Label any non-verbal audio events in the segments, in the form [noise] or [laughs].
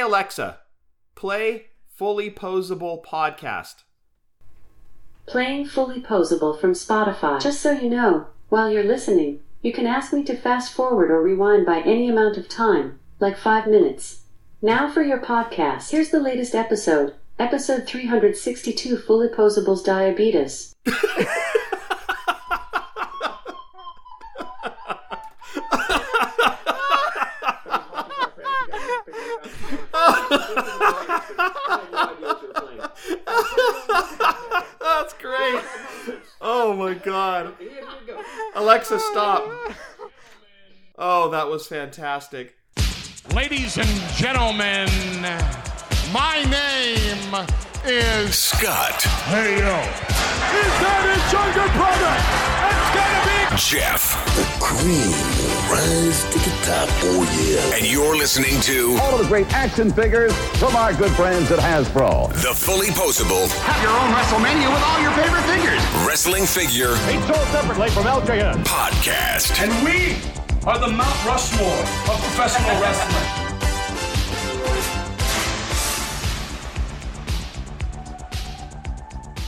Alexa, play Fully Posable Podcast. Playing Fully Posable from Spotify. Just so you know, while you're listening, you can ask me to fast forward or rewind by any amount of time, like five minutes. Now for your podcast. Here's the latest episode, episode 362 Fully Posable's Diabetes. That's great. Oh my god. Alexa, stop. Oh, that was fantastic. Ladies and gentlemen, my name is. Scott, Hey, yo. Is that his younger brother? That's gotta be. Jeff, The cream will rise to the top. Oh, and you're listening to all of the great action figures from our good friends at Hasbro. The Fully Posable Have your own WrestleMania with all your favorite figures. Wrestling Figure Each sold separately from LJN. Podcast. And we are the Mount Rushmore of professional wrestling.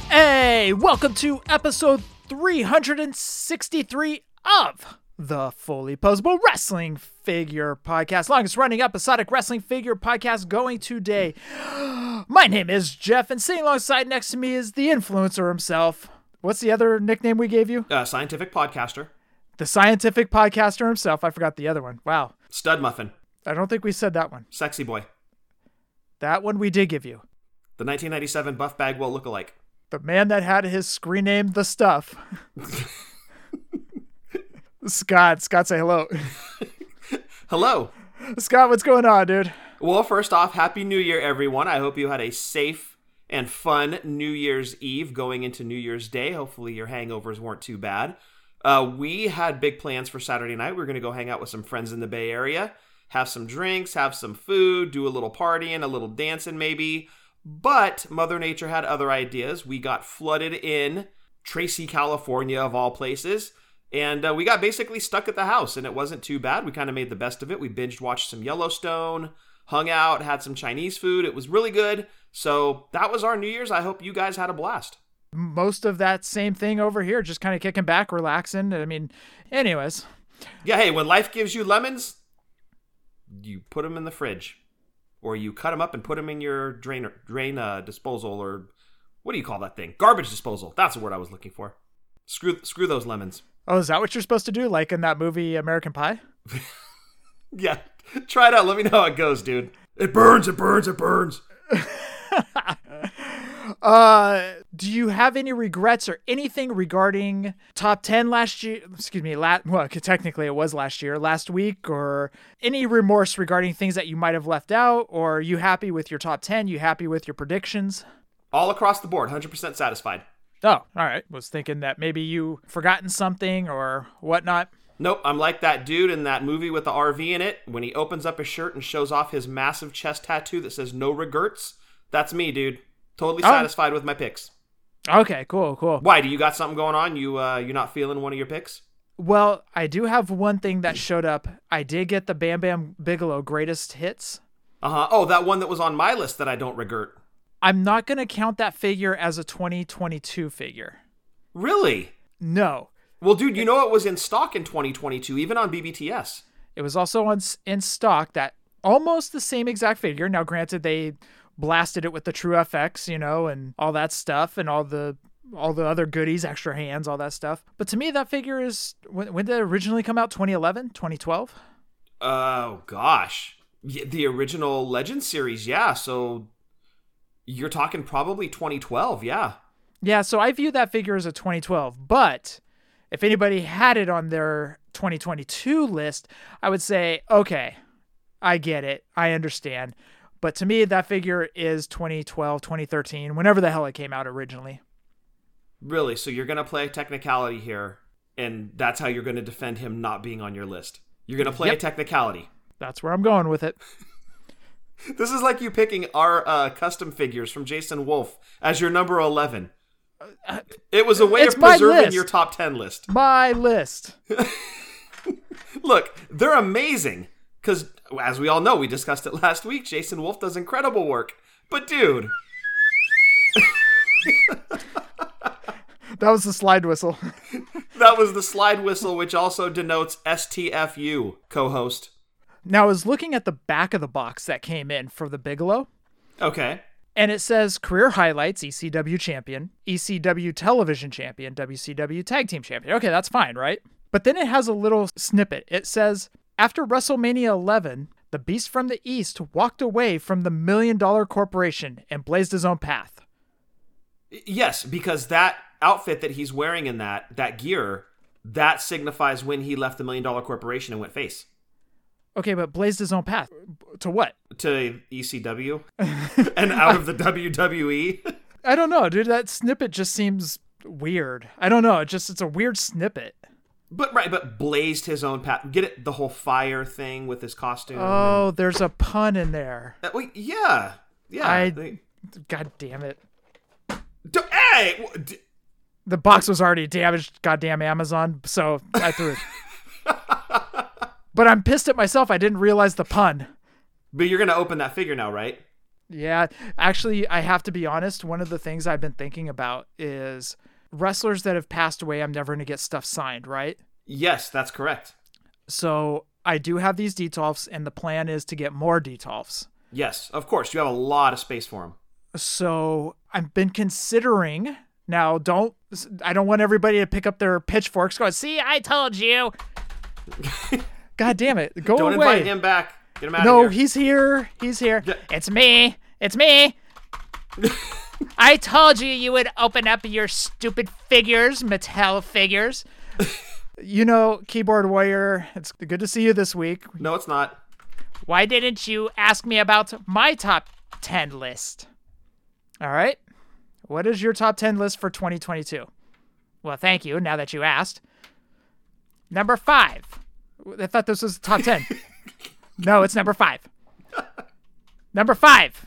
Hey, welcome to episode 363 of the Fully Posable Wrestling Figure Podcast, longest running episodic wrestling figure podcast going today. [gasps] My name is Jeff, and sitting alongside next to me is the influencer himself. What's the other nickname we gave you? Uh, scientific podcaster, The scientific podcaster himself. I forgot the other one. Wow. stud muffin, I don't think we said that one. sexy boy, That one we did give you. the 1997 Buff Bagwell lookalike. the man that had his screen name the stuff [laughs] scott scott say hello [laughs] Hello. scott what's going on dude Well, first off, Happy New Year, everyone. I hope you had a safe and fun New Year's Eve going into New Year's Day. Hopefully, your hangovers weren't too bad. Uh, we had big plans for Saturday night. We were going to go hang out with some friends in the Bay Area, have some drinks, have some food, do a little partying, a little dancing, maybe. But Mother Nature had other ideas. We got flooded in Tracy, California, of all places. And uh, we got basically stuck at the house, and it wasn't too bad. We kind of made the best of it. We binge watched some Yellowstone, hung out, had some Chinese food. It was really good. So that was our New Year's. I hope you guys had a blast. most of that same thing over here just kind of kicking back relaxing i mean anyways Yeah, hey, when life gives you lemons, you put them in the fridge, or you cut them up and put them in your drain drain uh, disposal, or what do you call that thing? Garbage disposal. That's the word I was looking for. Screw screw those lemons. oh is that what you're supposed to do like in that movie american pie Yeah, try it out. Let me know how it goes, dude. It burns. It burns. It burns. [laughs] uh do you have any regrets or anything regarding top 10 last year excuse me la- well technically it was last year last week or any remorse regarding things that you might have left out or are you happy with your top 10 you happy with your predictions All across the board, hundred percent satisfied. oh all right was thinking that maybe you forgotten something or whatnot Nope, I'm like that dude in that movie with the RV in it. When he opens up his shirt and shows off his massive chest tattoo that says no regrets, that's me, dude. Totally Oh. satisfied with my picks. okay cool cool Why? Do you got something going on? You uh, you not feeling one of your picks? well i do have one thing that showed up i did get the bam bam bigelow greatest hits Uh huh. Oh, that one that was on my list that I don't regret. i'm not going to count that figure as a 2022 figure Really? No. Well, dude, you know it was in stock in 2022, even on BBTS. It was also on s- in stock that almost the same exact figure. Now, granted, they blasted it with the True FX, you know, and all that stuff, and all the all the other goodies, extra hands, all that stuff. But to me, that figure is when, when did it originally come out? 2011, 2012. Oh gosh, Y- the original Legend series, yeah. So you're talking probably 2012, yeah. Yeah, so I view that figure as a 2012. But if anybody had it on their 2022 list, I would say, okay, I get it. I understand. But to me, that figure is 2012, 2013, whenever the hell it came out originally. Really? So you're going to play technicality here, and that's how you're going to defend him not being on your list. You're going to play Yep. a technicality. That's where I'm going with it. This is like you picking our uh, custom figures from Jason Wolf as your number 11. It was a way Uh, it's of my preserving list. your top 10 list. My list. Look, they're amazing, Because, as we all know, we discussed it [laughs] last week, Jason Wolf does incredible work. But, dude, That was the slide whistle. [laughs] that was the slide whistle, which also denotes STFU co host. now I was looking at the back of the box that came in for the Bigelow, Okay. and it says career highlights, ECW champion, ECW television champion, WCW tag team champion. Okay, that's fine, right? But then it has a little snippet. It says after WrestleMania 11, the Beast from the East walked away from the Million Dollar Corporation and blazed his own path. Yes, because that outfit that he's wearing in that that gear that signifies when he left the million dollar corporation and went face Okay, but blazed his own path to what? to [laughs] ECW and out of the E. WWE. I don't know, dude. That snippet just seems weird. I don't know. It just it's a weird snippet. but right, but blazed his own path. Get it? The whole fire thing with his costume. Oh, there's a pun in there. That- wait, yeah, yeah. I- They- God damn it. do, hey, w- d- The box was already damaged, goddamn Amazon, so I threw it. but I'm pissed at myself. I didn't realize the pun. but you're gonna open that figure now, right? Yeah, actually, I have to be honest. One of the things I've been thinking about is wrestlers that have passed away. I'm never going to get stuff signed, right? Yes, that's correct. So I do have these detolfs, and the plan is to get more detolfs. Yes, of course. You have a lot of space for him. So I've been considering. Now, don't. I don't want everybody to pick up their pitchforks. Going, see, I [laughs] told you. God damn it! Go Don't away. invite him back. Get him out no, of here. he's here. He's here. Yeah. It's me. [laughs] It's me. I told you you would open up your stupid figures, [laughs] Mattel figures. you know, keyboard warrior. It's good to see you this week. no, it's not. Why didn't you ask me about my top 10 list? All right. What is your top 10 list for 2022? Well, thank you now that you asked. Number five. I thought this was top 10. no, it's number five. Number five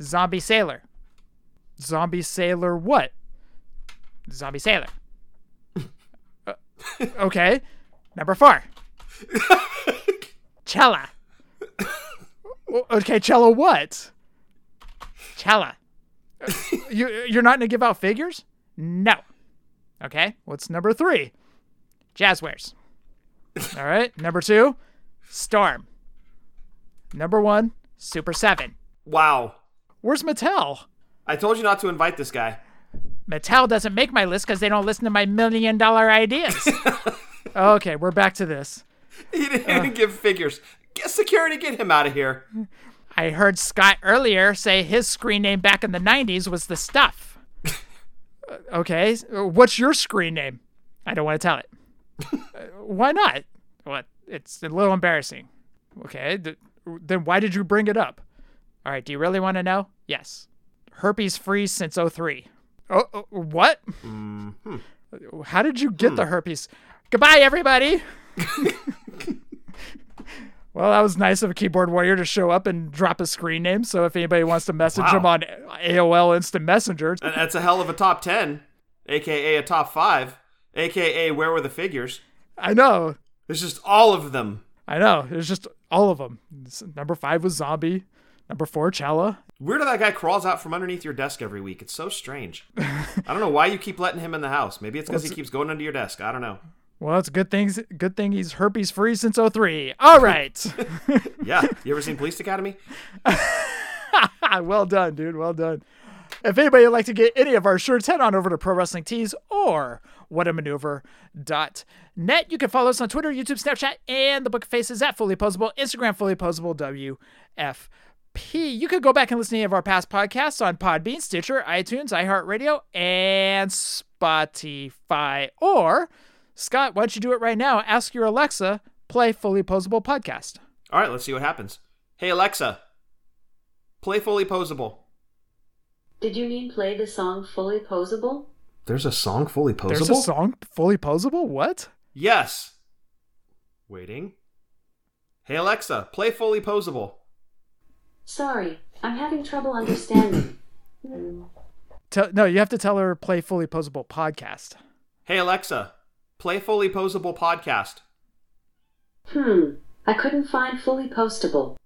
Zombie Sailor. Zombie Sailor what? Zombie Sailor. Uh, okay. Number four. Cella. O- okay, Cella what? Cella. Uh, [laughs] you you're not gonna give out figures? No. Okay, what's number three? Jazzwares. All right, number two, Storm. Number one, Super Seven. Wow. Where's Mattel? I told you not to invite this guy. [laughs] Mattel doesn't make my list because they don't listen to my million dollar ideas. okay, we're back to this. He didn't even give figures. Get security, get him out of here. I heard Scott earlier say his screen name back in the 90s was The Stuff. Uh, okay, s- uh, what's your screen name? I don't want to tell it. Uh, why not? Well, it's a little embarrassing. Okay, th- then why did you bring it up? All right, do you really want to know? Yes. Herpes free since 03. Oh, oh, what? How did you get the herpes? Goodbye, everybody. Well, that was nice of a keyboard warrior to show up and drop a screen name. So if anybody wants to message Wow. him on AOL Instant Messenger, And That's a hell of a top 10, aka a top 5, aka where were the figures? I know, It's just all of them. I know. It's just all of them. Number five was Zombie. Number four, Chala. Weird how that guy crawls out from underneath your desk every week. It's so strange. I don't know why you keep letting him in the house. Maybe it's because he keeps going under your desk. I don't know. Well, it's good things. Good thing he's herpes free since 03. All right. [laughs] Yeah. You ever seen Police Academy? [laughs] well done, dude. Well done. If anybody would like to get any of our shirts, head on over to Pro Wrestling Tees or whatamaneuver.net. You can follow us on Twitter, YouTube, Snapchat, and the Book of Faces at Fully Posable, Instagram, Fully Posable, WFP. You could go back and listen to any of our past podcasts on Podbean, Stitcher, iTunes, iHeartRadio, and Spotify. Or, Scott, why don't you do it right now? Ask your Alexa, play Fully Posable Podcast. All right, let's see what happens. Hey, Alexa, play Fully Posable. Did you mean play the song Fully Posable? There's a song Fully Posable? There's a song, Fully Posable? What? Yes. Waiting. Hey, Alexa, play Fully Posable. Sorry, I'm having trouble understanding. Tell, no, you have to tell her play fully posable podcast. Hey Alexa, play Fully Posable podcast. hmm, I couldn't find fully postable.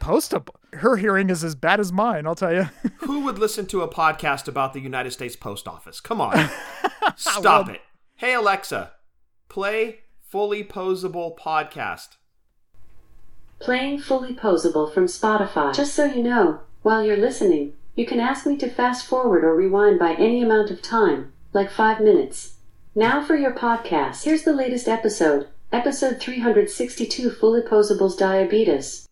Postable. Her hearing is as bad as mine, I'll tell you. Who would listen to a podcast about the United States Post Office? Come [laughs] on. Stop it. Hey, Alexa, play Fully Posable Podcast. Playing fully posable from Spotify. Just so you know, while you're listening, you can ask me to fast forward or rewind by any amount of time, like five minutes. Now for your podcast. Here's the latest episode, episode 362 Fully Posable's Diabetes.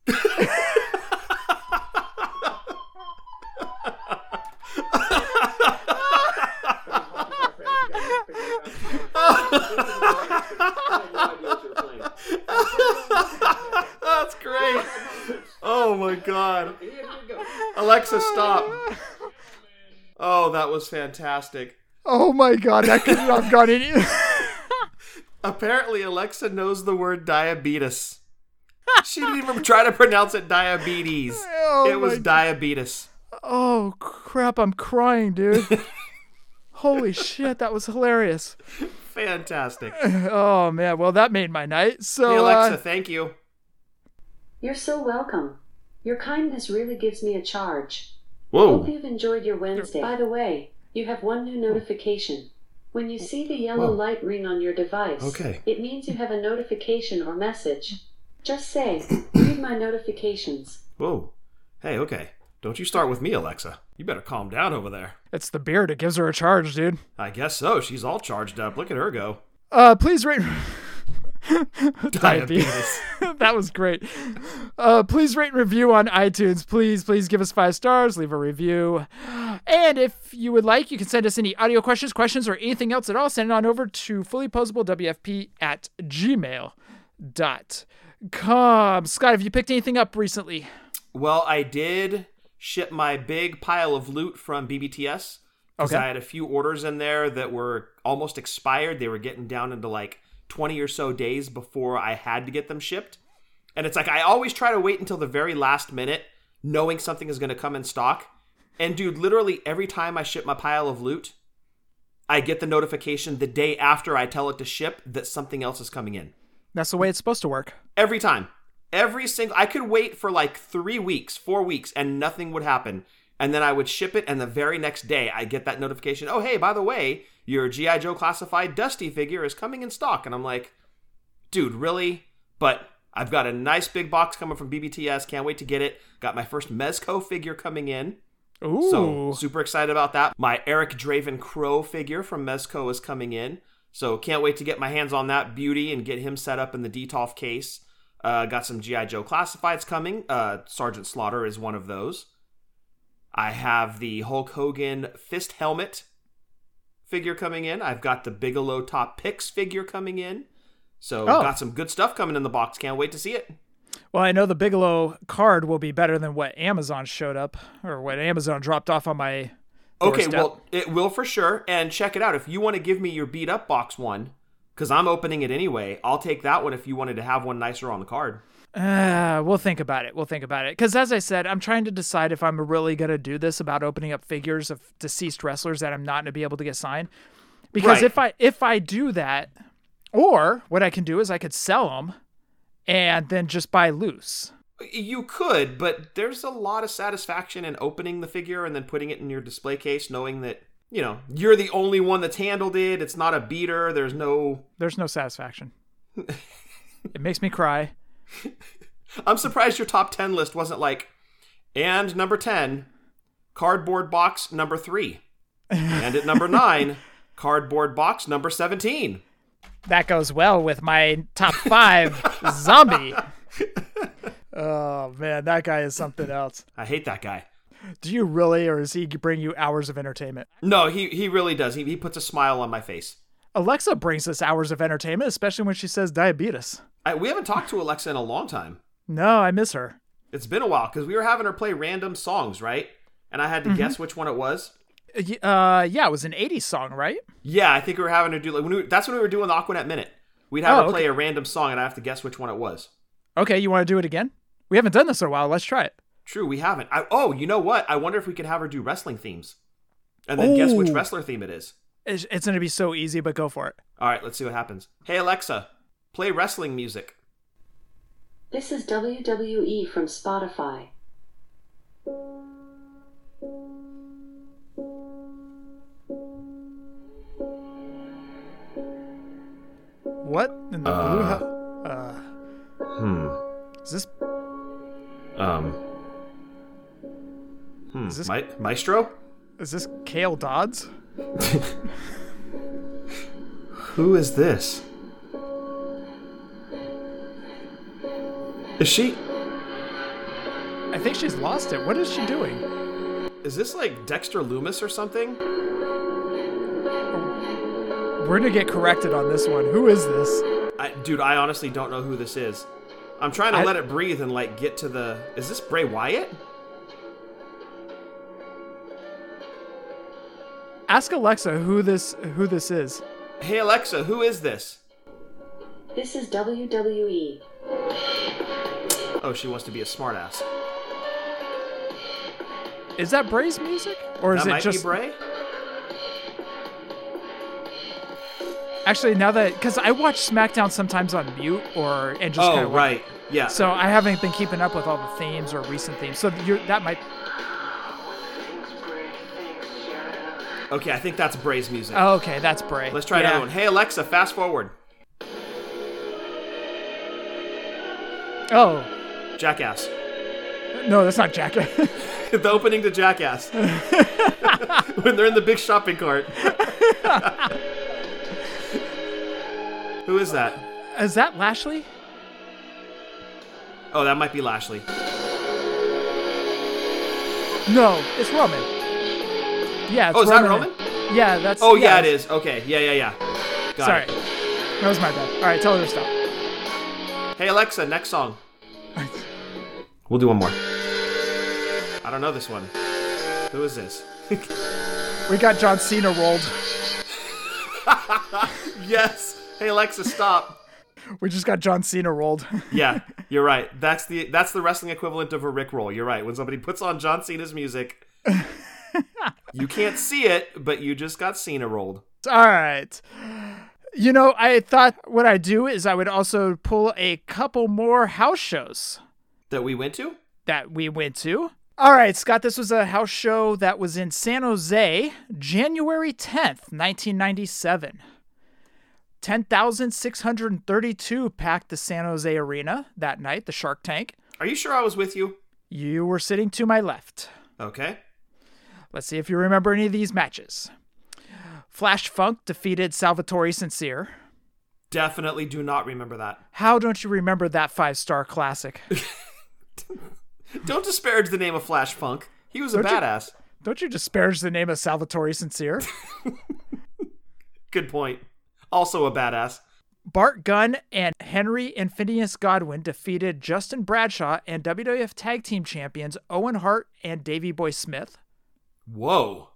That's great. Oh my god. Alexa, stop. Oh, that was fantastic. [laughs] oh my god, that could not have gone any. [laughs] Apparently, Alexa knows the word diabetes. She didn't even try to pronounce it diabetes. Oh it was my- diabetes. oh crap, I'm crying, dude. [laughs] Holy shit, that was hilarious. [laughs] Fantastic. Oh man, well that made my night. So Hey, Alexa, uh, thank you. You're so welcome. Your kindness really gives me a charge. Hope Whoa. you've enjoyed your Wednesday. By the way, you have one new notification. When you see the yellow Whoa. light ring on your device, Okay. it means you have a notification or message. Just say, read my notifications. Whoa. Hey, okay. Don't you start with me, Alexa. You better calm down over there. it's the beard. It gives her a charge, dude. I guess so. She's all charged up. Look at her go. Uh, please rate. [laughs] Diabetes. that was great. Uh, please rate and review on iTunes. Please, please give us five stars. Leave a review. And if you would like, you can send us any audio questions, questions, or anything else at all. Send it on over to fullyposablewfp at gmail.com. Scott, have you picked anything up recently? Well, I did ship my big pile of loot from BBTS because Okay. I had a few orders in there that were almost expired. They were getting down into like 20 or so days before I had to get them shipped. And it's like I always try to wait until the very last minute, knowing something is going to come in stock. And dude, literally every time I ship my pile of loot, I get the notification the day after I tell it to ship that something else is coming in That's the way it's supposed to work. every time every single i could wait for like three weeks four weeks and nothing would happen and then i would ship it and the very next day i get that notification oh hey by the way your gi joe classified dusty figure is coming in stock and i'm like dude really but i've got a nice big box coming from bbts can't wait to get it got my first mezco figure coming in Ooh. so super excited about that. My Eric Draven Crow figure from Mezco is coming in. So can't wait to get my hands on that beauty and get him set up in the Detolf case. Uh, got some GI Joe classifieds coming. Uh, Sergeant Slaughter is one of those. I have the Hulk Hogan fist helmet figure coming in. I've got the Bigelow top picks figure coming in. So Oh. got some good stuff coming in the box. Can't wait to see it. Well, I know the Bigelow card will be better than what Amazon showed up or what Amazon dropped off on my. Okay, doorstep. well, it will for sure. And check it out. If you want to give me your beat up box one, because I'm opening it anyway, I'll take that one if you wanted to have one nicer on the card. Uh, we'll think about it. We'll think about it. Because as I said, I'm trying to decide if I'm really gonna do this about opening up figures of deceased wrestlers that I'm not gonna be able to get signed. Because Right. if I if I do that, or what I can do is I could sell them, and then just buy loose. You could, but there's a lot of satisfaction in opening the figure and then putting it in your display case, knowing that, you know, you're the only one that's handled it. It's not a beater. There's no. There's no [laughs] satisfaction. it makes me cry. I'm surprised your top 10 list wasn't like, and number 10, cardboard box number three. And at number nine, cardboard box number 17. That goes well with my top [laughs] five zombie. Oh man, that guy is something else. I hate that guy. Do you really, or does he bring you hours of entertainment? No, he he really does. He he puts a smile on my face. Alexa brings us hours of entertainment, especially when she says diabetes. I, we haven't talked to Alexa in a long time. No, I miss her. It's been a while because we were having her play random songs, right? And I had Mm-hmm. to guess which one it was. Uh, y- Uh, yeah, it was an '80s song, right? Yeah, I think we were having her do like when we, that's when we were doing the Aquanet minute. We'd have Oh, her play a random song, and I have to guess which one it was. Okay, you want to do it again? We haven't done this in a while. Let's try it. True, we haven't. I, oh, you know what? I wonder if we could have her do wrestling themes, and then guess which Ooh. wrestler theme it is. It's, it's gonna be so easy, but go for it. All right, let's see what happens. Hey Alexa, play wrestling music. This is WWE from Spotify. What in the blue hell? Uh, hmm. Is this Um. Hmm. Is this- Ma- Maestro? is this Kale Dodds? [laughs] Who is this? Is she? I think she's lost it. What is she doing? Is this like Dexter Loomis or something? We're gonna get corrected on this one. Who is this? I, dude, I honestly don't know who this is. I'm trying to I- let it breathe and like get to the. Is this Bray Wyatt? Ask Alexa who this who this is. Hey Alexa, who is this? This is E. WWE. Oh, she wants to be a smartass. Is that Bray's music, or is That it might just be Bray. actually now that because I watch SmackDown sometimes on mute or and just kind Oh, of right. Yeah. So I haven't been keeping up with all the themes or recent themes. So you're, that might. okay, I think that's Bray's music. Oh, okay, that's Bray. Let's try yeah. another one. Hey Alexa, fast forward. Oh Jackass. no, that's not Jack. [laughs] [laughs] the opening to Jackass. [laughs] when they're in the big shopping cart. [laughs] Who is that? is that Lashley? Oh, that might be Lashley. No, it's Roman. Yeah. It's Oh, is that Roman? Yeah, that's. Oh, yeah, it is. Okay, yeah, yeah, yeah. Got Sorry, it. that was my bad. All right, tell her to stop. Hey, Alexa, next song. We'll do one more. I don't know this one. Who is this? [laughs] We got John Cena rolled. yes. Hey, Alexa, stop. We just got John Cena rolled. [laughs] Yeah, you're right. That's the that's the wrestling equivalent of a Rickroll. You're right. When somebody puts on John Cena's [laughs] music, you can't see it, but you just got Cena rolled. All right. You know, I thought what I'd do is I would also pull a couple more house shows That we went to? that we went to. All right, Scott, this was a house show that was in San Jose, January 10th, 1997. 10,632 packed the San Jose Arena that night, the Shark Tank. Are you sure I was with you? You were sitting to my left. Okay. Let's see if you remember any of these matches. Flash Funk defeated Salvatore Sincere. Definitely do not remember that. How don't you remember that five star classic? Don't disparage the name of Flash Punk. He was a Don't you- badass. don't you disparage the name of Salvatore Sincere? Good point. Also a badass. Bart Gunn and Henry and Phineas Godwin defeated Justin Bradshaw and WWF Tag Team Champions Owen Hart and Davey Boy Smith. Whoa.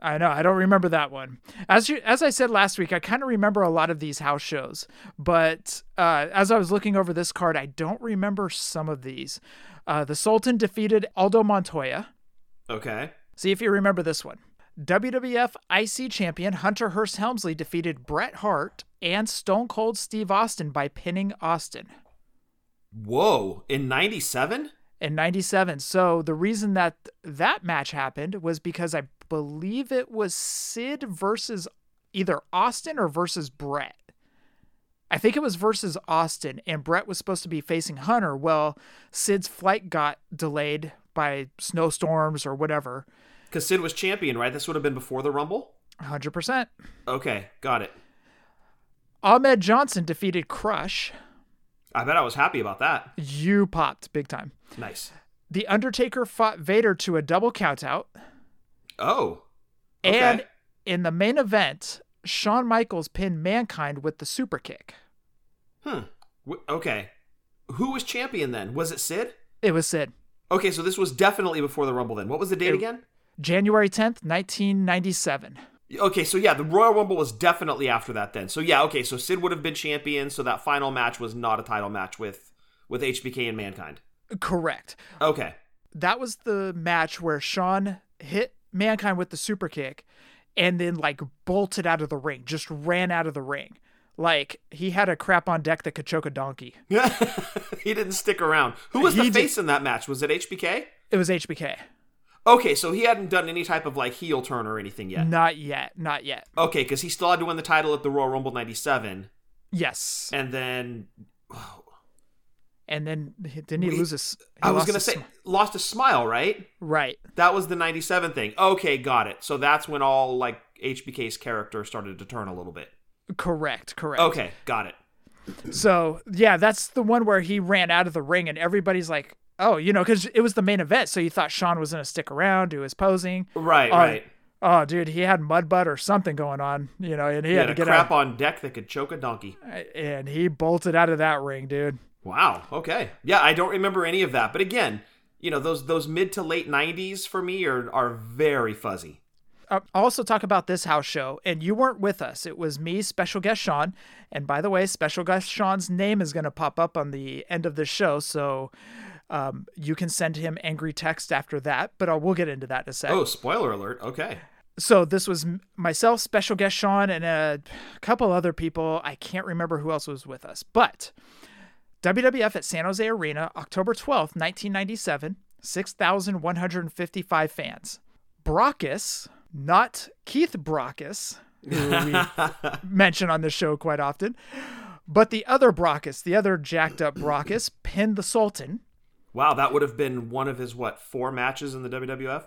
I know, I don't remember that one. As you as I said last week, I kind of remember a lot of these house shows, but uh, as I was looking over this card, I don't remember some of these. Uh, the Sultan defeated Aldo Montoya. Okay. See if you remember this one. WWF IC champion Hunter Hearst Helmsley defeated Bret Hart and Stone Cold Steve Austin by pinning Austin Whoa. In 97? in 97. So the reason that that match happened was because I believe it was Sid versus either Austin or versus Bret. I think it was versus Austin, and Bret was supposed to be facing Hunter. Well, Sid's flight got delayed by snowstorms or whatever. Because Sid was champion, right? This would have been before the Rumble? 100%. Okay. Got it. Ahmed Johnson defeated Crush. I bet I was happy about that. You popped big time. Nice. The Undertaker fought Vader to a double countout. Oh. And Okay. in the main event, Shawn Michaels pinned Mankind with the super kick. Hmm. W- okay. Who was champion then? Was it Sid? It was said Okay, so this was definitely before the Rumble then. What was the date It- again? January 10th, 1997. Okay, so yeah, the Royal Rumble was definitely after that then. So yeah, okay, so Sid would have been champion, so that final match was not a title match with with HBK and Mankind. Correct. Okay. [laughs] That was the match where Shawn hit Mankind with the super kick and then like bolted out of the ring, just ran out of the ring. like he had a crap on deck that could choke a donkey. he didn't stick around. Who was the He did- face in that match? Was it HBK? It was HBK. Okay, so he hadn't done any type of like heel turn or anything yet. Not yet. Not yet. Okay, because he still had to win the title at the Royal Rumble '97, Yes. and then And then didn't he We- lose his? he I was lost gonna his say sm- lost a smile, right? right. That was the '97 thing. Okay, got it. So that's when all like HBK's character started to turn a little bit. Correct. Correct. Okay, got it. So yeah, that's the one where he ran out of the ring, and everybody's like, "Oh, you know," because it was the main event, so you thought Sean was gonna stick around, do his posing. Right, Oh, right. Oh, dude, he had mud butt or something going on, you know, and he, He had had to a get crap out, on deck that could choke a donkey. and he bolted out of that ring, dude. Wow. Okay. Yeah, I don't remember any of that. But again, you know those those mid to late '90s for me are are very fuzzy. uh, also talk about this house show, and you weren't with us. It was me, special guest Sean. And by the way, special guest Sean's name is going to pop up on the end of the show. So um, you can send him angry text after that, but uh, we'll get into that in a sec. Oh, spoiler alert. Okay. So this was m- myself, special guest Sean, and a couple other people. I can't remember who else was with us, but WWF at San Jose Arena, October 12th, 1997, 6,155 fans. Brockus, not Keith Brockus, who we mention on the show quite often, but the other Brockus, the other jacked up Brockus, pinned the Sultan. Wow, that would have been one of his what four matches in the WWF.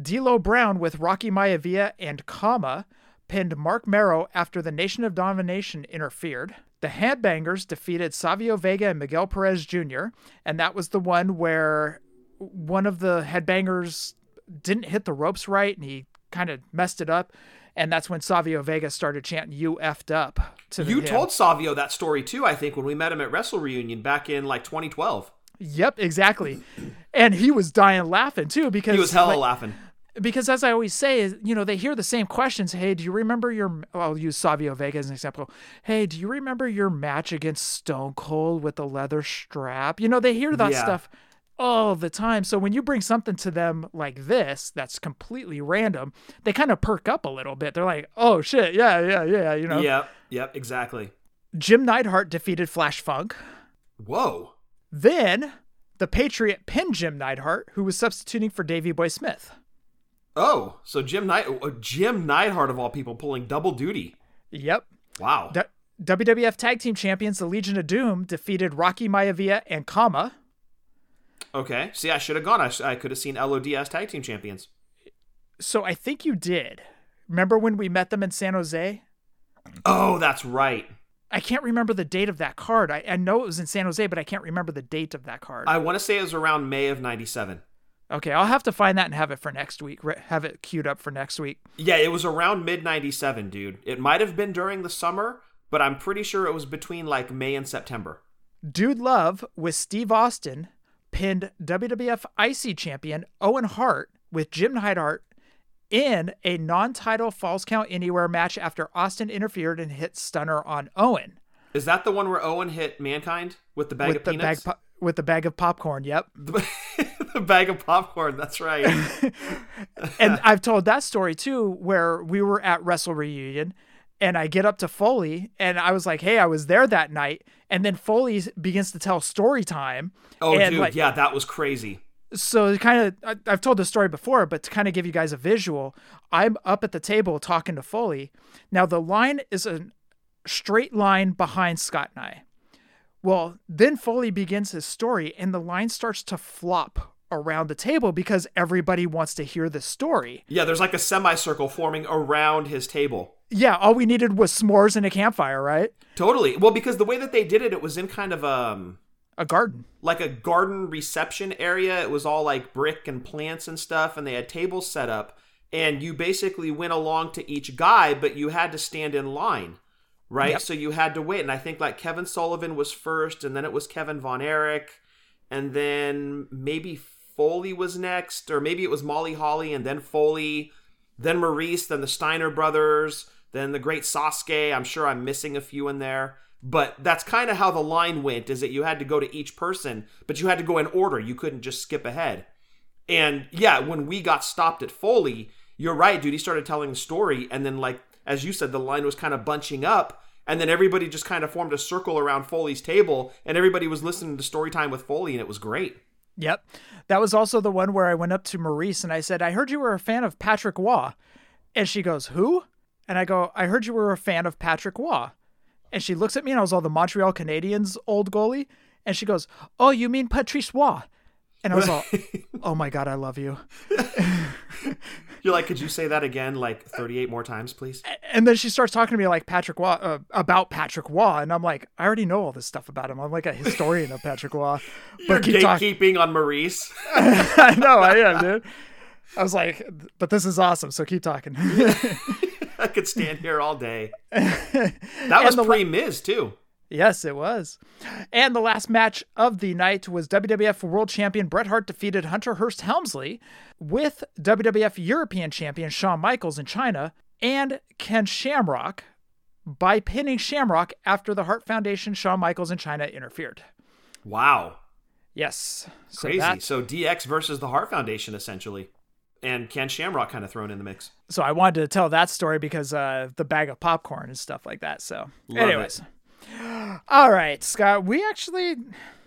D'Lo Brown with Rocky Maivia and Kama pinned Mark Merrow after the Nation of Domination interfered. The Handbangers defeated Savio Vega and Miguel Perez Jr., and that was the one where one of the Headbangers didn't hit the ropes right and he kind of messed it up. And that's when Savio Vega started chanting, You effed up. To You him. told Savio that story too, I think, when we met him at Wrestle Reunion back in like 2012. Yep, exactly. And he was dying laughing too because He was hella like, laughing. because as I always say, is you know they hear the same questions. Hey, do you remember your? I'll use Savio Vega as an example. Hey, do you remember your match against Stone Cold with the leather strap? You know they hear that Yeah. stuff all the time. So when you bring something to them like this, that's completely random, they kind of perk up a little bit. They're like, "Oh shit, yeah, yeah, yeah." You know, Yep, yep, exactly. Jim Neidhart defeated Flash Funk. Whoa. Then the Patriot pinned Jim Neidhart, who was substituting for Davy Boy Smith. Oh, so Jim Knight, oh, Jim Neidhart of all people, pulling double duty. Yep. Wow. D- WWF Tag Team Champions, the Legion of Doom, defeated Rocky Maivia and Kama. Okay. See, I should have gone. I, sh- I could have seen LOD as tag team champions. So I think you did. Remember when we met them in San Jose? Oh, that's right. I can't remember the date of that card. I, I know it was in San Jose, but I can't remember the date of that card. I want to say it was around May of '97. okay, I'll have to find that and have it for next week. Re- have it queued up for next week. Yeah, it was around mid '97, dude. It might have been during the summer, but I'm pretty sure it was between like May and September. Dude Love with Steve Austin pinned WWF IC champion Owen Hart with Jim Neidhart in a non-title Falls Count Anywhere match after Austin interfered and hit Stunner on Owen. Is that the one where Owen hit Mankind with the bag with of the peanuts? bag po- with the bag of [laughs] popcorn. Yep. the bag of popcorn. That's [laughs] right. And I've told that story too, where we were at Wrestle Reunion, and I get up to Foley, and I was like, "Hey, I was there that night." And then Foley begins to tell story time. Oh, and dude, like, yeah, that was crazy. So kind of, I've told this story before, but to kind of give you guys a visual, I'm up at the table talking to Foley. Now the line is a straight line behind Scott and I. Well, then Foley begins his story, and the line starts to flop around the table because everybody wants to hear the story. Yeah, there's like a semicircle forming around his table. Yeah, all we needed was s'mores and a campfire, right? Totally. Well, because the way that they did it, it was in kind of um A garden. like a garden reception area. It was all like brick and plants and stuff, and they had tables set up. And you basically went along to each guy, but you had to stand in line, right? So you had to wait. And I think like Kevin Sullivan was first, and then it was Kevin Von Erich, and then maybe Foley was next, or maybe it was Molly Holly and then Foley, then Maurice, then the Steiner brothers, then the great Sasuke. I'm sure I'm missing a few in there. But that's kind of how the line went is that you had to go to each person, but you had to go in order. You couldn't just skip ahead. And yeah, when we got stopped at Foley, you're right, dude. He started telling the story, and then like as you said, the line was kind of bunching up, And then everybody just kind of formed a circle around Foley's table, and everybody was listening to story time with Foley, and it was great. Yep. That was also the one where I went up to Maurice and I said, I heard you were a fan of Patrick Waugh. And she goes, Who? And I go, I heard you were a fan of Patrick Waugh. And she looks at me and I was all the Montreal Canadiens old goalie. And she goes, Oh, you mean Patrice Waugh? And I [laughs] was all, Oh my God, I love you. You're like, could you say that again, like 38 more times, please? And then she starts talking to me like Patrick Waugh, uh, about Patrick Waugh. And I'm like, I already know all this stuff about him. I'm like a historian of Patrick [laughs] Waugh. You're keep talk- gatekeeping on Maurice. [laughs] I know, I am, dude. [laughs] I was like, but this is awesome, so keep talking. [laughs] I could stand here all [laughs] day. That was the la- pre Miz, too. [laughs] yes, it was. And the last match of the night was WWF World Champion Bret Hart defeated Hunter Hearst Helmsley with WWF European Champion Shawn Michaels in China and Ken Shamrock by pinning Shamrock after the Hart Foundation Shawn Michaels in China interfered. Wow. Yes. So Crazy. that- So DX versus the Hart Foundation, essentially. And Ken Shamrock kind of thrown in the mix. so I wanted to tell that story because uh, the bag of popcorn and stuff like that. So, Love anyways, [gasps] all right, Scott, we actually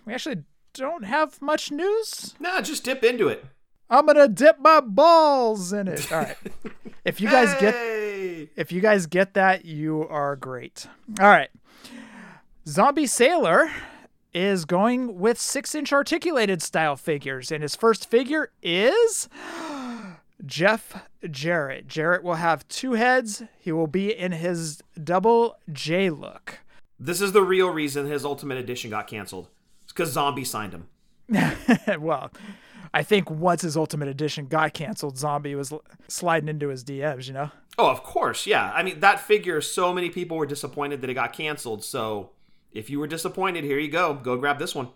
we actually don't have much news. Nah, just dip into it. I'm gonna dip my balls in it. All right, if you guys get Hey! if you guys get that, you are great. All right, Zombie Sailor is going with six inch articulated style figures, and his first figure is. [gasps] Jeff Jarrett. Jarrett will have two heads. He will be in his double J look. [laughs] This is the real reason his Ultimate Edition got canceled. It's because Zombie signed him. well, I think once his Ultimate Edition got canceled, Zombie was l- sliding into his DMs, you know? Oh, of course, yeah. I mean, that figure, so many people were disappointed that it got canceled. So if you were disappointed, here you go. Go grab this one.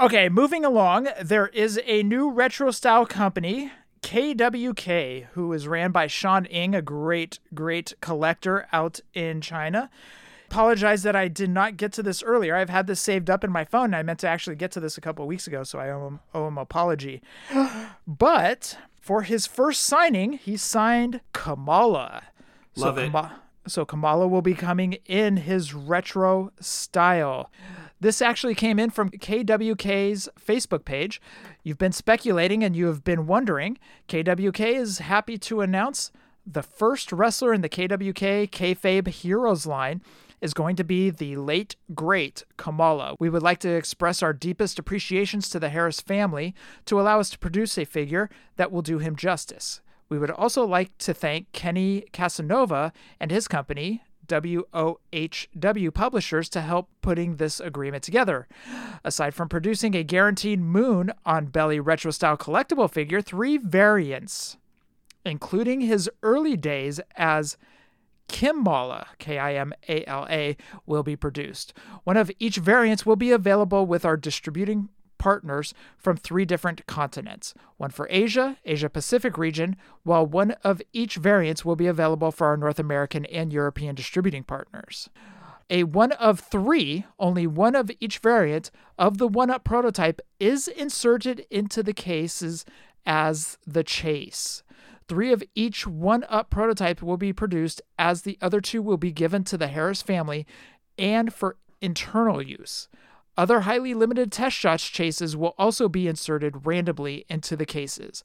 Okay, moving along, there is a new retro style company, KWK, who is ran by Sean Ng, a great, great collector out in China. Apologize that I did not get to this earlier. I've had this saved up in my phone. and I meant to actually get to this a couple weeks ago, so I owe him, owe him apology. [gasps] But for his first signing, he signed Kamala. Love so it. Kama- so Kamala will be coming in his retro style. This actually came in from KWK's Facebook page. You've been speculating and you have been wondering. KWK is happy to announce the first wrestler in the KWK kayfabe heroes line is going to be the late great Kamala. We would like to express our deepest appreciations to the Harris family to allow us to produce a figure that will do him justice. We would also like to thank Kenny Casanova and his company, WOHW Publishers, to help putting this agreement together. Aside from producing a guaranteed Moon on Belly retro style collectible figure, three variants, including his early days as Kimmala, K I M A L A, will be produced. One of each variants will be available with our distributing partners from three different continents one for Asia, Asia Pacific region, while one of each variants will be available for our North American and European distributing partners. A one of three, only one of each variant of the one up prototype is inserted into the cases as the chase. Three of each one up prototype will be produced, as the other two will be given to the Harris family and for internal use. Other highly limited test shots chases will also be inserted randomly into the cases.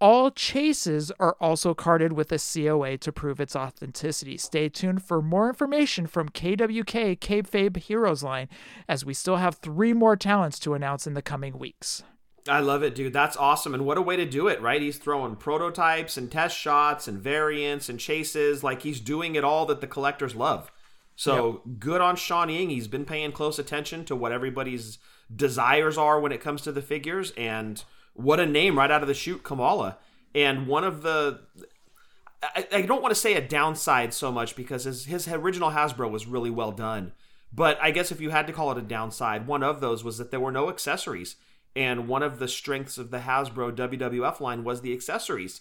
All chases are also carded with a COA to prove its authenticity. Stay tuned for more information from KWK Cape Fabe Heroes line, as we still have three more talents to announce in the coming weeks. I love it, dude. That's awesome. And what a way to do it, right? He's throwing prototypes and test shots and variants and chases. Like he's doing it all that the collectors love. So good on Sean Ying. He's been paying close attention to what everybody's desires are when it comes to the figures. And what a name right out of the chute, Kamala. And one of the. I, I don't want to say a downside so much because his, his original Hasbro was really well done. But I guess if you had to call it a downside, one of those was that there were no accessories. And one of the strengths of the Hasbro WWF line was the accessories.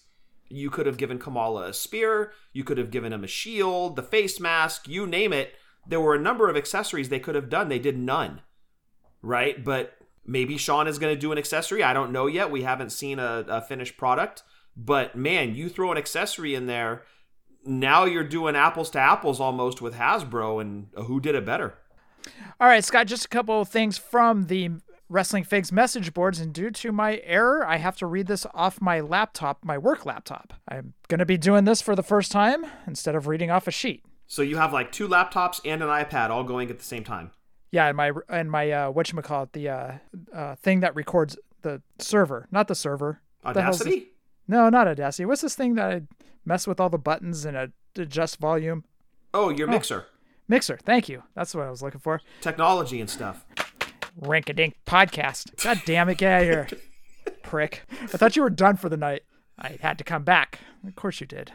You could have given Kamala a spear, you could have given him a shield, the face mask, you name it. There were a number of accessories they could have done. They did none, right? But maybe Sean is going to do an accessory. I don't know yet. We haven't seen a, a finished product. But man, you throw an accessory in there now you're doing apples to apples almost with Hasbro and who did it better? All right, Scott, just a couple of things from the Wrestling Figs message boards. And due to my error, I have to read this off my laptop, my work laptop. I'm going to be doing this for the first time instead of reading off a sheet. So you have like two laptops and an iPad all going at the same time. Yeah, and my and my uh, what you call it the uh, uh, thing that records the server, not the server. What the hell's Audacity? this- no, not Audacity. What's this thing that I mess with all the buttons and ad- adjust volume? Oh, your mixer. Mixer. Thank you. That's what I was looking for. Technology and stuff. Rank a dink podcast. God damn it, get out of here, prick! I thought you were done for the night. I had to come back. Of course you did.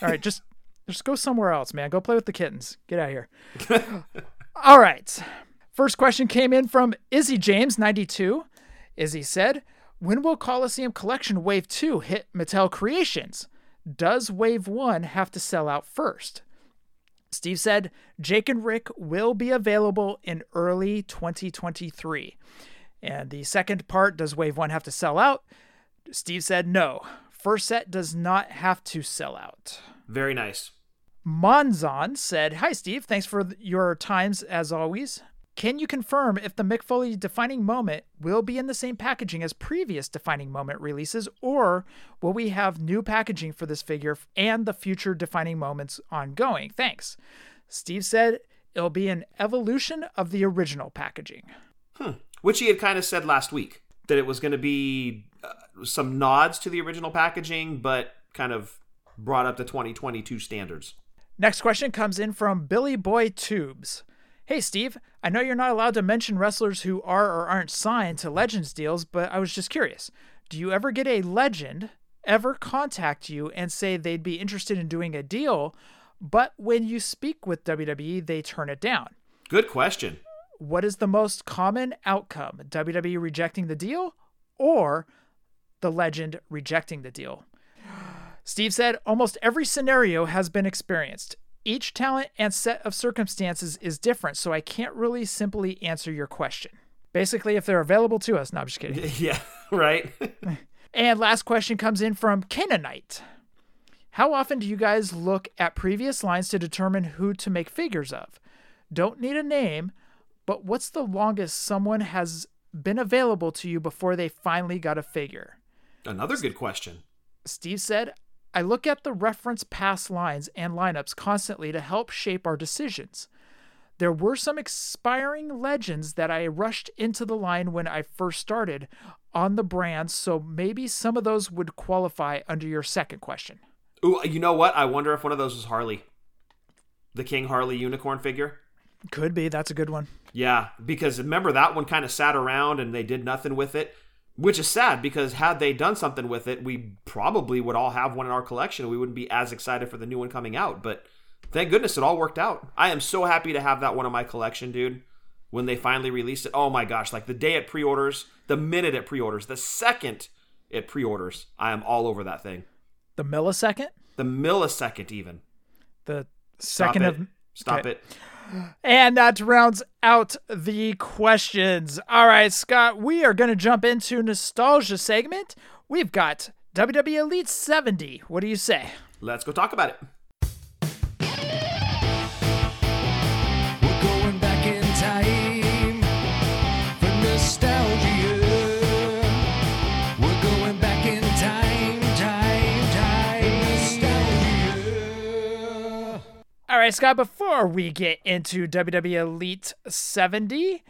All right, just just go somewhere else, man. Go play with the kittens. Get out of here. All right. First question came in from Izzy James, 92. Izzy said, When will Coliseum Collection Wave 2 hit Mattel Creations? Does Wave 1 have to sell out first? Steve said, Jake and Rick will be available in early 2023. And the second part, does Wave 1 have to sell out? Steve said, No. First set does not have to sell out. Very nice. Monzon said, Hi, Steve. Thanks for th- your times as always. Can you confirm if the Mick Foley defining moment will be in the same packaging as previous defining moment releases, or will we have new packaging for this figure f- and the future defining moments ongoing? Thanks. Steve said, It'll be an evolution of the original packaging. Which he had kind of said last week that it was going to be uh, some nods to the original packaging, but kind of brought up the 2022 standards. Next question comes in from Billy Boy Tubes. Hey, Steve, I know you're not allowed to mention wrestlers who are or aren't signed to Legends deals, but I was just curious. Do you ever get a legend ever contact you and say they'd be interested in doing a deal, but when you speak with WWE, they turn it down? Good question. [laughs] What is the most common outcome? WWE rejecting the deal or the legend rejecting the deal? Steve said almost every scenario has been experienced. Each talent and set of circumstances is different, so I can't really simply answer your question. Basically, if they're available to us. No, I'm just kidding. Yeah, right? [laughs] And last question comes in from Canaanite. How often do you guys look at previous lines to determine who to make figures of? Don't need a name, but what's the longest someone has been available to you before they finally got a figure? Another good question. Steve said, I look at the reference past lines and lineups constantly to help shape our decisions. There were some expiring legends that I rushed into the line when I first started on the brand, so maybe some of those would qualify under your second question. Ooh, you know what? I wonder if one of those is Harley. The King Harley unicorn figure? Could be. That's a good one. Yeah, because remember that one kind of sat around and they did nothing with it, which is sad because had they done something with it, we probably would all have one in our collection. We wouldn't be as excited for the new one coming out, but thank goodness it all worked out. I am so happy to have that one in my collection, dude. When they finally released it, oh my gosh, like the day it pre orders, the minute it pre orders, the second it pre orders, I am all over that thing. The millisecond? The millisecond, even. The Stop second it. of. Stop Okay. it. And that rounds out the questions. All right, Scott, we are going to jump into nostalgia segment. We've got WWE Elite 70. What do you say? Let's go talk about it. We're going back in time for nostalgia. We're going back in time, time, time, nostalgia. All right, Scott, before we get into WWE Elite 70,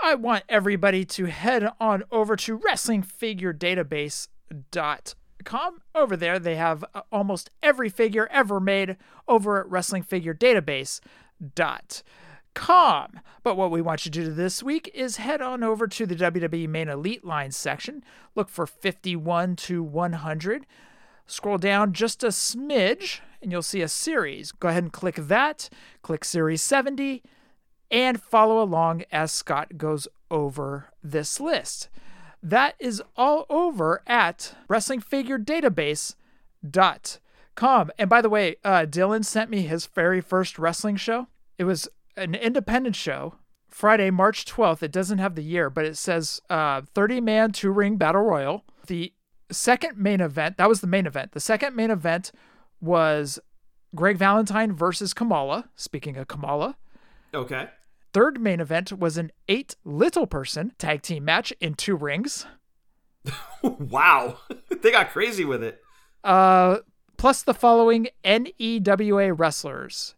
I want everybody to head on over to wrestlingfiguredatabase.com. Over there, they have uh, almost every figure ever made over at wrestlingfiguredatabase.com. But what we want you to do this week is head on over to the WWE Main Elite Line section, look for 51 to 100 scroll down just a smidge and you'll see a series. Go ahead and click that, click series 70, and follow along as Scott goes over this list. That is all over at wrestlingfiguredatabase.com. And by the way, uh, Dylan sent me his very first wrestling show. It was an independent show, Friday, March 12th. It doesn't have the year, but it says 30 man two ring battle royal. The second main event, that was the main event. The second main event was Greg Valentine versus Kamala. Speaking of Kamala, Okay. third main event was an eight little person tag team match in two rings. [laughs] Wow. they got crazy with it. Uh, plus the following NEWA wrestlers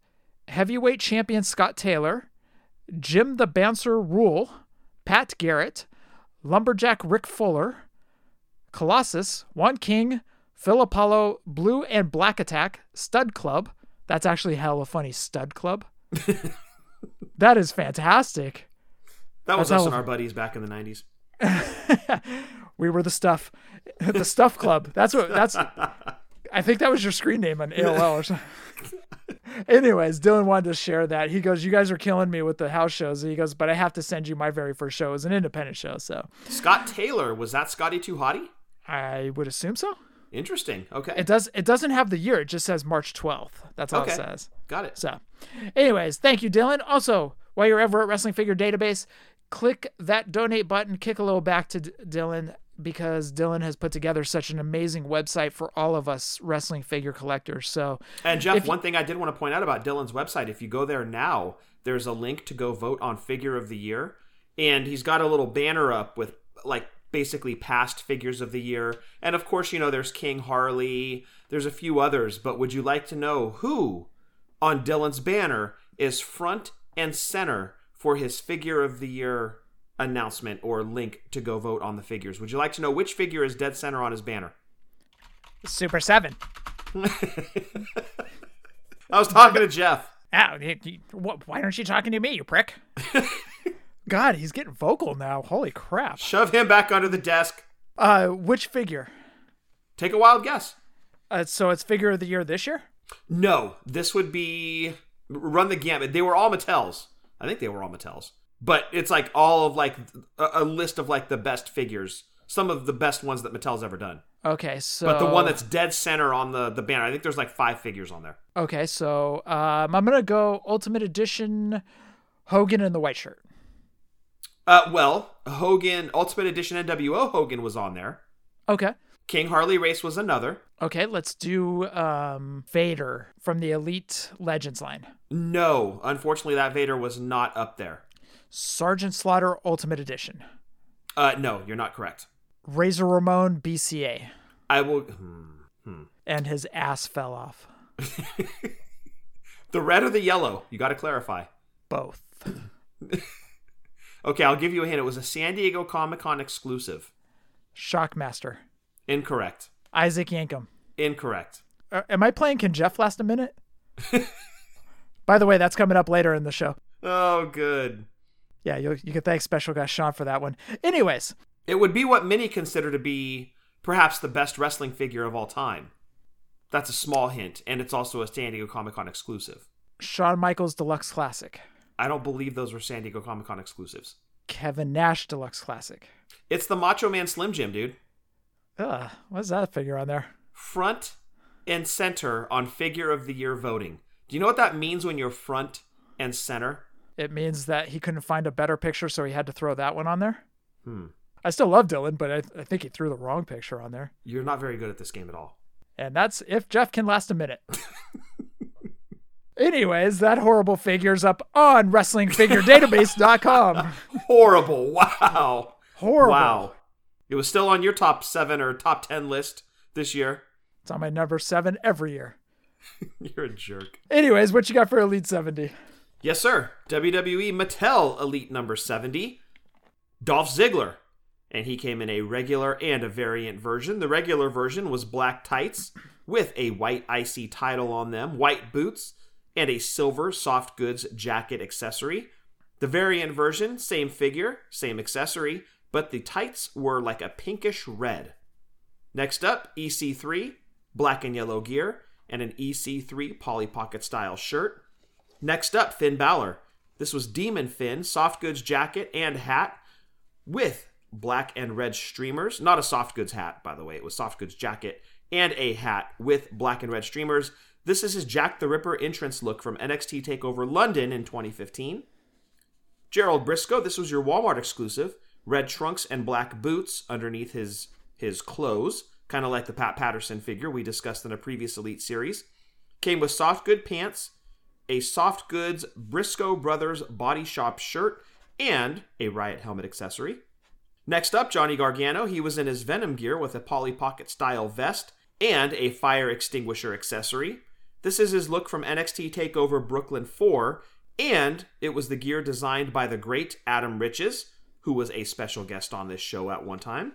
heavyweight champion Scott Taylor, Jim the Bouncer Rule, Pat Garrett, Lumberjack Rick Fuller, Colossus, Juan King, Phil Apollo, Blue and Black Attack, Stud Club. That's actually hella funny, Stud Club. that is fantastic. That was That's us how- and our buddies back in the 90s. we were the stuff [laughs] the stuff club that's what that's i think that was your screen name on aol or something anyways dylan wanted to share that he goes you guys are killing me with the house shows he goes but i have to send you my very first show it was an independent show so Scott Taylor, was that Scotty Too Hottie? i would assume so Interesting. Okay. it does it doesn't have the year it just says march 12th that's all Okay. it says got it. So, anyways, thank you, Dylan. Also, while you're ever at Wrestling Figure Database, click that donate button, kick a little back to D- Dylan because Dylan has put together such an amazing website for all of us wrestling figure collectors. So, And Jeff, one thing I did want to point out about Dylan's website, if you go there now, there's a link to go vote on figure of the year. And he's got a little banner up with like basically past figures of the year. And of course, you know, there's King Harley, there's a few others, but would you like to know who on Dylan's banner is front and center for his figure of the year announcement or link to go vote on the figures? Would you like to know which figure is dead center on his banner? [laughs] Super 7. I was talking to Jeff. Ow, you- you- wh- why aren't you talking to me, [laughs] you prick? God, he's getting vocal now. Holy crap. Shove him back under the desk. Uh, which figure? Take a wild guess. Uh, so it's figure of the year this year? No, this would be run the gamut. They were all Mattels. I think they were all Mattels. But it's like all of like a, a list of like the best figures. Some of the best ones that Mattel's ever done. Okay, so But the one that's dead center on the the banner. I think there's like five figures on there. Okay, so um, I'm gonna go Ultimate Edition, Hogan in the white shirt. Uh, well, Hogan Ultimate Edition NWO Hogan was on there. Okay, King Harley Race was another. okay, let's do um, Vader from the Elite Legends line. No, unfortunately, that Vader was not up there. Sergeant Slaughter Ultimate Edition, Uh, no, you're not correct. Razor Ramon BCA, I will. hmm. and his ass fell off. The red or the yellow? You got to clarify. Both. Okay, I'll give you a hint. It was a San Diego Comic Con exclusive. Shockmaster, Incorrect. Isaac Yankum. Incorrect. Uh, am I playing? Can Jeff last a minute? By the way, that's coming up later in the show. Oh, good. Yeah, you you can thank special guest Sean for that one. Anyways, It would be what many consider to be perhaps the best wrestling figure of all time. That's a small hint, and it's also a San Diego Comic Con exclusive. Shawn Michaels Deluxe Classic. I don't believe those were San Diego Comic Con exclusives. Kevin Nash Deluxe Classic. It's the Macho Man Slim Jim, dude. Ugh, what's that figure on there? Front and center on figure of the year voting. Do you know what that means when you're front and center? It means that he couldn't find a better picture, so he had to throw that one on there. Hmm. I still love Dylan, but I, I think he threw the wrong picture on there. You're not very good at this game at all. And that's if Jeff can last a minute. Anyways, that horrible figure's up on WrestlingFigureDatabase.com. Horrible. [laughs] Wow. Horrible. Wow. It was still on your top seven or top ten list this year. [laughs] It's on my number seven every year. You're a jerk. Anyways, what you got for Elite 70? Yes, sir. WWE Mattel Elite number 70, Dolph Ziggler. And he came in a regular and a variant version. The regular version was black tights with a white icy title on them, white boots, and a silver soft goods jacket accessory. The variant version, same figure, same accessory, but the tights were like a pinkish red. Next up, EC3, black and yellow gear, and an EC3 Polly Pocket style shirt. Next up, Finn Balor. This was Demon Finn, soft goods jacket and hat with black and red streamers. Not a soft goods hat, by the way. It was soft goods jacket and a hat with black and red streamers. This is his Jack the Ripper entrance look from NXT Takeover London in 2015. Gerald Briscoe, this was your Walmart exclusive. Red trunks and black boots underneath his his clothes, kind of like the Pat Patterson figure we discussed in a previous Elite series. Came with soft good pants, a soft goods Briscoe Brothers body shop shirt, and a riot helmet accessory. Next up, Johnny Gargano. He was in his Venom gear with a Polly Pocket style vest and a fire extinguisher accessory. This is his look from NXT TakeOver Brooklyn 4, and it was the gear designed by the great Adam Riches, who was a special guest on this show at one time.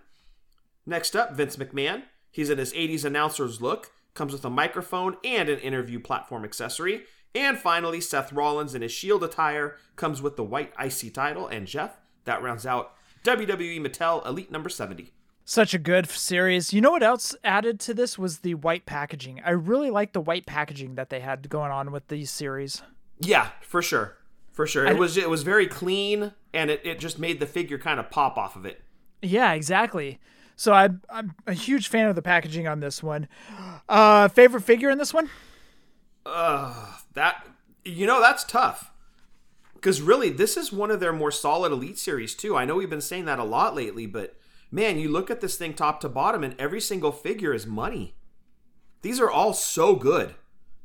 Next up, Vince McMahon. He's in his 80s announcer's look, comes with a microphone and an interview platform accessory. And finally, Seth Rollins in his shield attire comes with the white icy title. And Jeff, that rounds out WWE Mattel Elite number 70. Such a good f- series. You know what else added to this was the white packaging. I really like the white packaging that they had going on with these series. Yeah, for sure. For sure. It was it was very clean and it, it just made the figure kind of pop off of it. Yeah, exactly. So I'm I'm a huge fan of the packaging on this one. Uh, favorite figure in this one? That you know, that's tough. Cuz really this is one of their more solid Elite series too. I know we've been saying that a lot lately, but man, you look at this thing top to bottom and every single figure is money. These are all so good.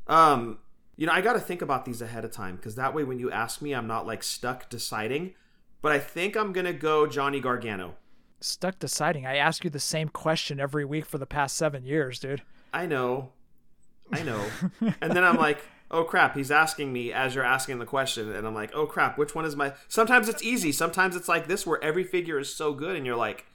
Um, you know, I got to think about these ahead of time because that way when you ask me, I'm not like stuck deciding. But I think I'm going to go Johnny Gargano. Stuck deciding. I ask you the same question every week for the past seven years, dude. I know. I know. and then I'm like, oh crap, he's asking me as you're asking the question. And I'm like, oh crap, which one is my. Sometimes it's easy. Sometimes it's like this where every figure is so good and you're like,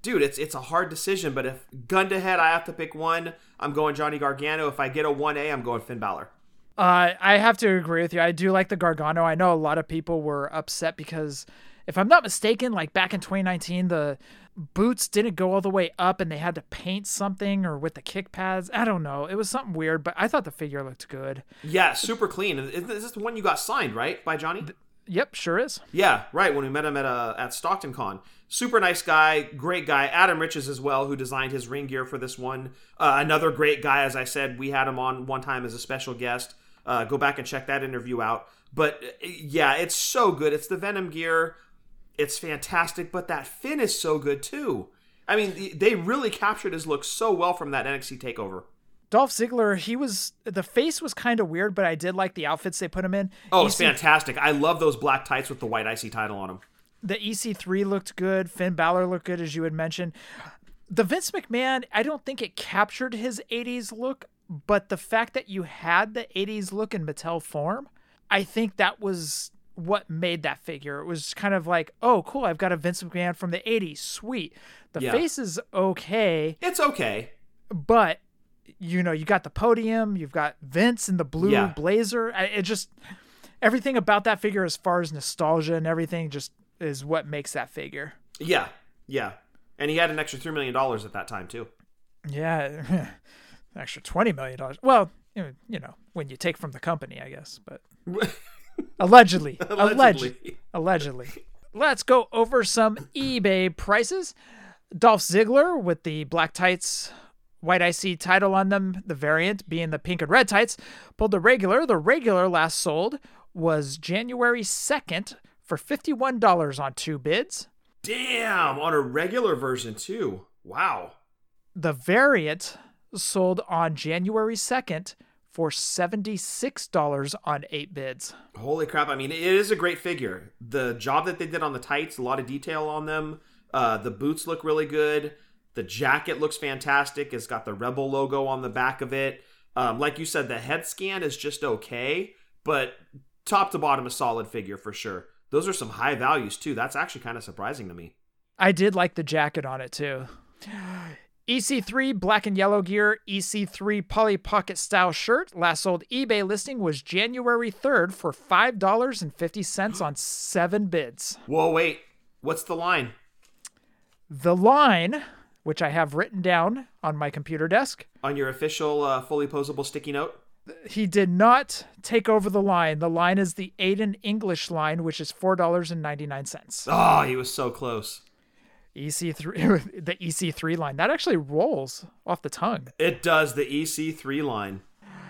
dude, it's it's a hard decision. But if gun to head, I have to pick one, I'm going Johnny Gargano. If I get a 1A, I'm going Finn Balor. Uh, I have to agree with you. I do like the Gargano. I know a lot of people were upset because, if I'm not mistaken, like back in 2019, the boots didn't go all the way up and they had to paint something or with the kick pads. I don't know. It was something weird, but I thought the figure looked good. Yeah, super clean. And Is this the one you got signed, right, by Johnny? Yep, sure is. Yeah, right. When we met him at uh, at Stockton Con, super nice guy, great guy. Adam Riches as well, who designed his ring gear for this one. Uh, another great guy, as I said, we had him on one time as a special guest. Uh, go back and check that interview out. But uh, yeah, it's so good. It's the Venom gear. It's fantastic. But that fin is so good too. I mean, th- they really captured his look so well from that NXT takeover. Dolph Ziggler, he was the face was kind of weird, but I did like the outfits they put him in. E Oh, it's EC fantastic. I love those black tights with the white icy title on them. the EC3 looked good. Finn Balor looked good, as you had mentioned. The Vince McMahon, I don't think it captured his 80s look, but the fact that you had the 80s look in Mattel form, I think that was what made that figure. It was kind of like, oh, cool, I've got a Vince McMahon from the 80s. Sweet. The Yeah. face is okay, It's okay. but you know, you got the podium, you've got Vince in the blue Yeah. blazer. I- It just, everything about that figure, as far as nostalgia and everything, just is what makes that figure. Yeah, yeah. And he had an extra three million dollars at that time too. [laughs] Yeah, [laughs] an extra twenty million dollars. Well, you know- you know, when you take from the company, I guess, but allegedly, allegedly, Allegedly. allegedly. Let's go over some eBay prices. Dolph Ziggler with the black tights, white IC title on them, the variant being the pink and red tights, pulled the regular. The regular last sold was January 2nd for $51 on two bids. Damn, on a regular version too. Wow. The variant sold on January 2nd for $76 on eight bids. Holy crap! I mean, it is a great figure. The job that they did on the tights, a lot of detail on them. Uh, the boots look really good. The jacket looks fantastic. It's got the Rebel logo on the back of it. Um, like you said, the head scan is just okay, but top to bottom, a solid figure for sure. Those are some high values too. That's actually kind of surprising to me. I did like the jacket on it too. EC3 black and yellow gear, EC3 Polly Pocket style shirt. Last sold eBay listing was January 3rd for $5.50 on seven bids. Whoa, wait. What's the line? The line, which I have written down on my computer desk, on your official uh, fully posable sticky note. he did not take over the line. The line is the Aiden English line, which is $4.99. Oh, he was so close. EC3 E [laughs] the EC3 line. That actually rolls off the tongue. It does the EC3 line.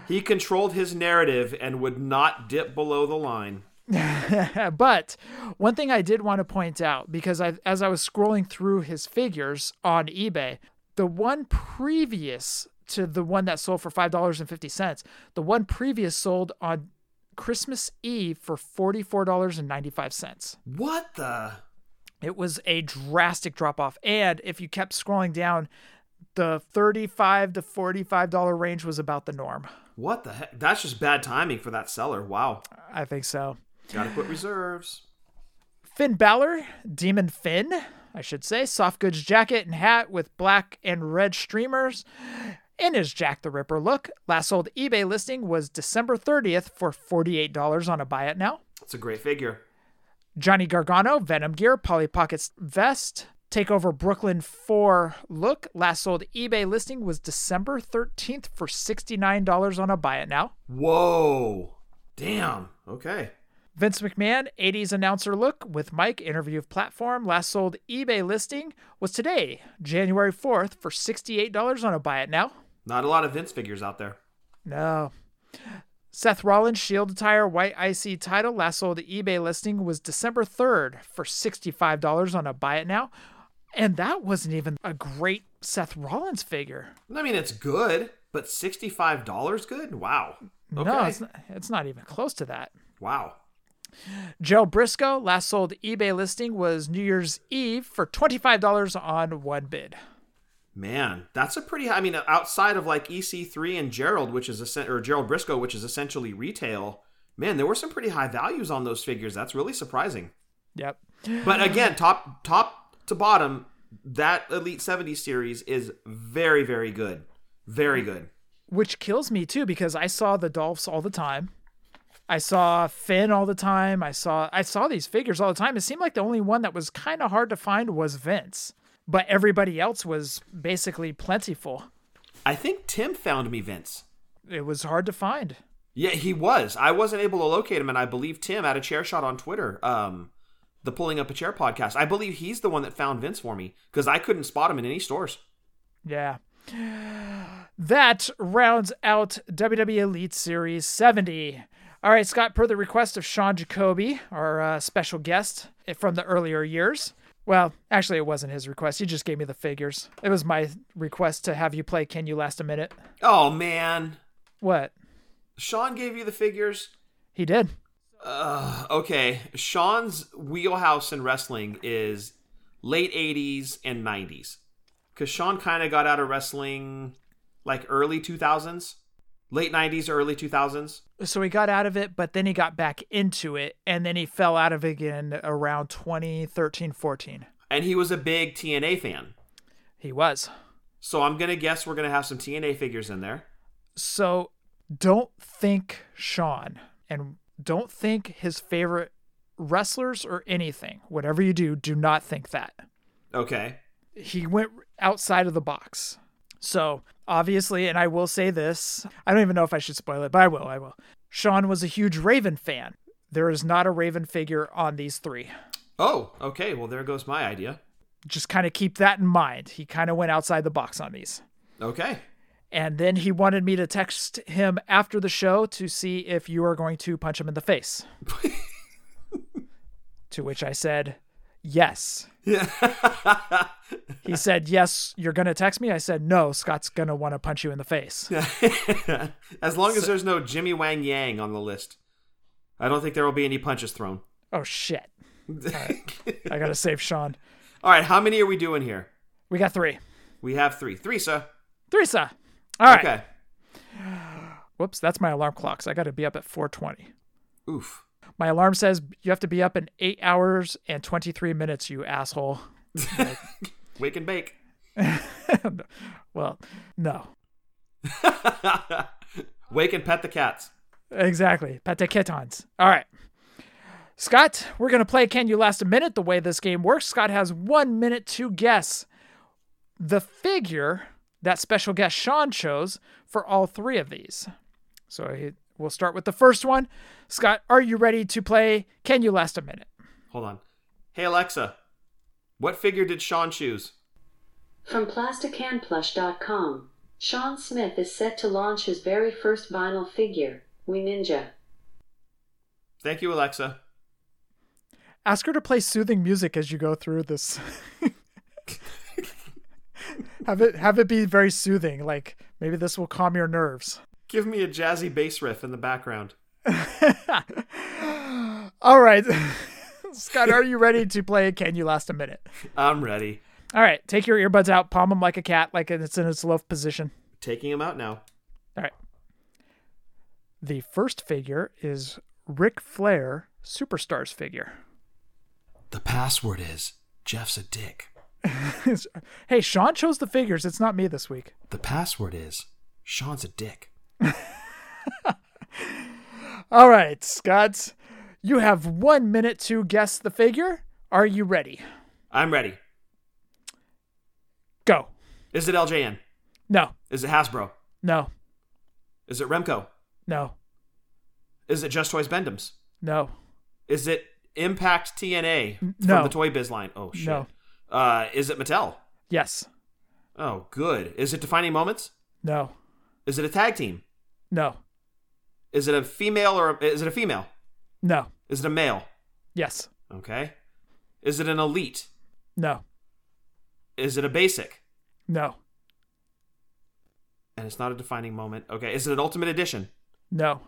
He controlled his narrative and would not dip below the line. [laughs] but one thing I did want to point out because I as I was scrolling through his figures on eBay, the one previous to the one that sold for $5.50, the one previous sold on Christmas Eve for $44.95. What the? It was a drastic drop off. And if you kept scrolling down, the 35 to $45 range was about the norm. What the heck? That's just bad timing for that seller. Wow. I think so. Gotta put reserves. Finn Balor, Demon Finn, I should say, soft goods jacket and hat with black and red streamers. In his Jack the Ripper look, last sold eBay listing was December 30th for $48 on a buy it now. That's a great figure. Johnny Gargano, Venom Gear, Polly Pockets Vest, Takeover Brooklyn 4 look, last sold eBay listing was December 13th for $69 on a buy it now. Whoa. Damn. Okay. Vince McMahon, 80s announcer look with Mike, interview of platform, last sold eBay listing was today, January 4th, for $68 on a buy it now. Not a lot of Vince figures out there. No. Seth Rollins, Shield attire, white IC title, last sold eBay listing was December 3rd for $65 on a buy it now. And that wasn't even a great Seth Rollins figure. I mean, it's good, but $65 good? Wow. Okay. No, it's not, it's not even close to that. Wow. Joe Briscoe, last sold eBay listing was New Year's Eve for $25 on one bid. Man, that's a pretty. high- I mean, outside of like EC3 and Gerald, which is essen- or Gerald Briscoe, which is essentially retail. Man, there were some pretty high values on those figures. That's really surprising. Yep. But again, top top to bottom, that Elite 70 series is very very good. Very good. Which kills me too because I saw the Dolphs all the time. I saw Finn all the time. I saw I saw these figures all the time. It seemed like the only one that was kind of hard to find was Vince, but everybody else was basically plentiful. I think Tim found me Vince. It was hard to find. Yeah, he was. I wasn't able to locate him, and I believe Tim had a chair shot on Twitter. Um, the pulling up a chair podcast. I believe he's the one that found Vince for me because I couldn't spot him in any stores. Yeah. That rounds out WWE Elite Series 70. All right, Scott, per the request of Sean Jacoby, our uh, special guest from the earlier years. Well, actually, it wasn't his request. He just gave me the figures. It was my request to have you play Can You Last a Minute? Oh man, What? Sean gave you the figures. He did. Okay, Sean's wheelhouse in wrestling is late 80s and 90s. Because Sean kind of got out of wrestling like early 2000s, late 90s, early 2000s. So he got out of it, but then he got back into it, and then he fell out of it again around 2013 14. And he was a big TNA fan. He was. So I'm going to guess we're going to have some TNA figures in there. So don't think Sean and don't think his favorite wrestlers or anything. Whatever you do, do not think that. Okay. He went outside of the box. So obviously, and I will say this, I don't even know if I should spoil it, but I will. I will. Sean was a huge Raven fan. There is not a Raven figure on these three. Oh, okay. Well, there goes my idea. Just kind of keep that in mind. He kind of went outside the box on these. Okay. [laughs] And then he wanted me to text him after the show to see if you are going to punch him in the face. to which I said, Yes. he said, Yes, you're going to text me? I said, No, Scott's going to want to punch you in the face. [laughs] as long as there's no Jimmy Wang Yang on the list, I don't think there will be any punches thrown. Oh, shit. I got to save Sean. All right. How many are we doing here? We got three. We have three. Three, sir. Theresa. All right. Okay. Whoops, that's my alarm clock. So I got to be up at 420. Oof. My alarm says you have to be up in eight hours and 23 minutes, you asshole. [laughs] Wake and bake. [laughs] well, no. Wake and pet the cats. Exactly. Pate Ketons. All right. Scott, we're going to play Can You Last a Minute the way this game works. Scott has one minute to guess the figure that special guest Sean chose for all three of these. So he, we'll start with the first one. Scott, are you ready to play Can You Last a Minute? Hold on. Hey, Alexa, what figure did Sean choose? From PlasticandPlush.com, Sean Smith is set to launch his very first vinyl figure, We Ninja. Thank you, Alexa. Ask her to play soothing music as you go through this. [laughs] have it have it be very soothing. Like maybe this will calm your nerves. Give me a jazzy bass riff in the background. [laughs] All right, Scott, are you ready to play? Can you last a minute? I'm ready. All right, take your earbuds out, palm them like a cat, like it's in its loaf position. Taking him out now. All right. The first figure is Ric Flair, Superstars figure. [laughs] The password is Jeff's a dick. hey, Sean chose the figures. It's not me this week. The password is Sean's a dick. All right, Scott, you have one minute to guess the figure. Are you ready? I'm ready. Go. Is it LJN? No, Is it Hasbro? no, Is it Remco? no, Is it Just Toys Bendems? no, Is it Impact TNA from no. the Toy Biz line? Oh shit. no. Uh, is it Mattel? Yes, Oh, good. Is it Defining Moments? no, Is it a tag team? no, Is it a female or is it a female? no, Is it a male? yes, Okay. Is it an elite? no, Is it a basic? no, And it's not a defining moment. Okay. Is it an ultimate edition? no,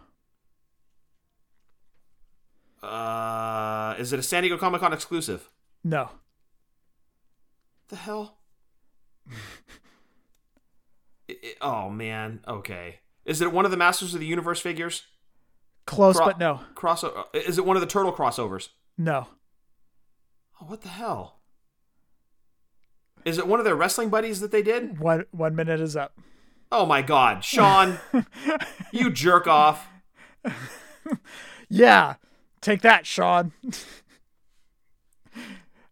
Uh, is it a San Diego Comic Con exclusive? no. The [laughs] hell? I- I- oh man. Okay. Is it one of the Masters of the Universe figures? Close, Cro- but no, Crossover. Is it one of the turtle crossovers? no, Oh, what the hell? Is it one of their wrestling buddies that they did? One one minute is up. Oh my god, [laughs] Sean, you jerk off. Yeah, take that, Sean. [laughs]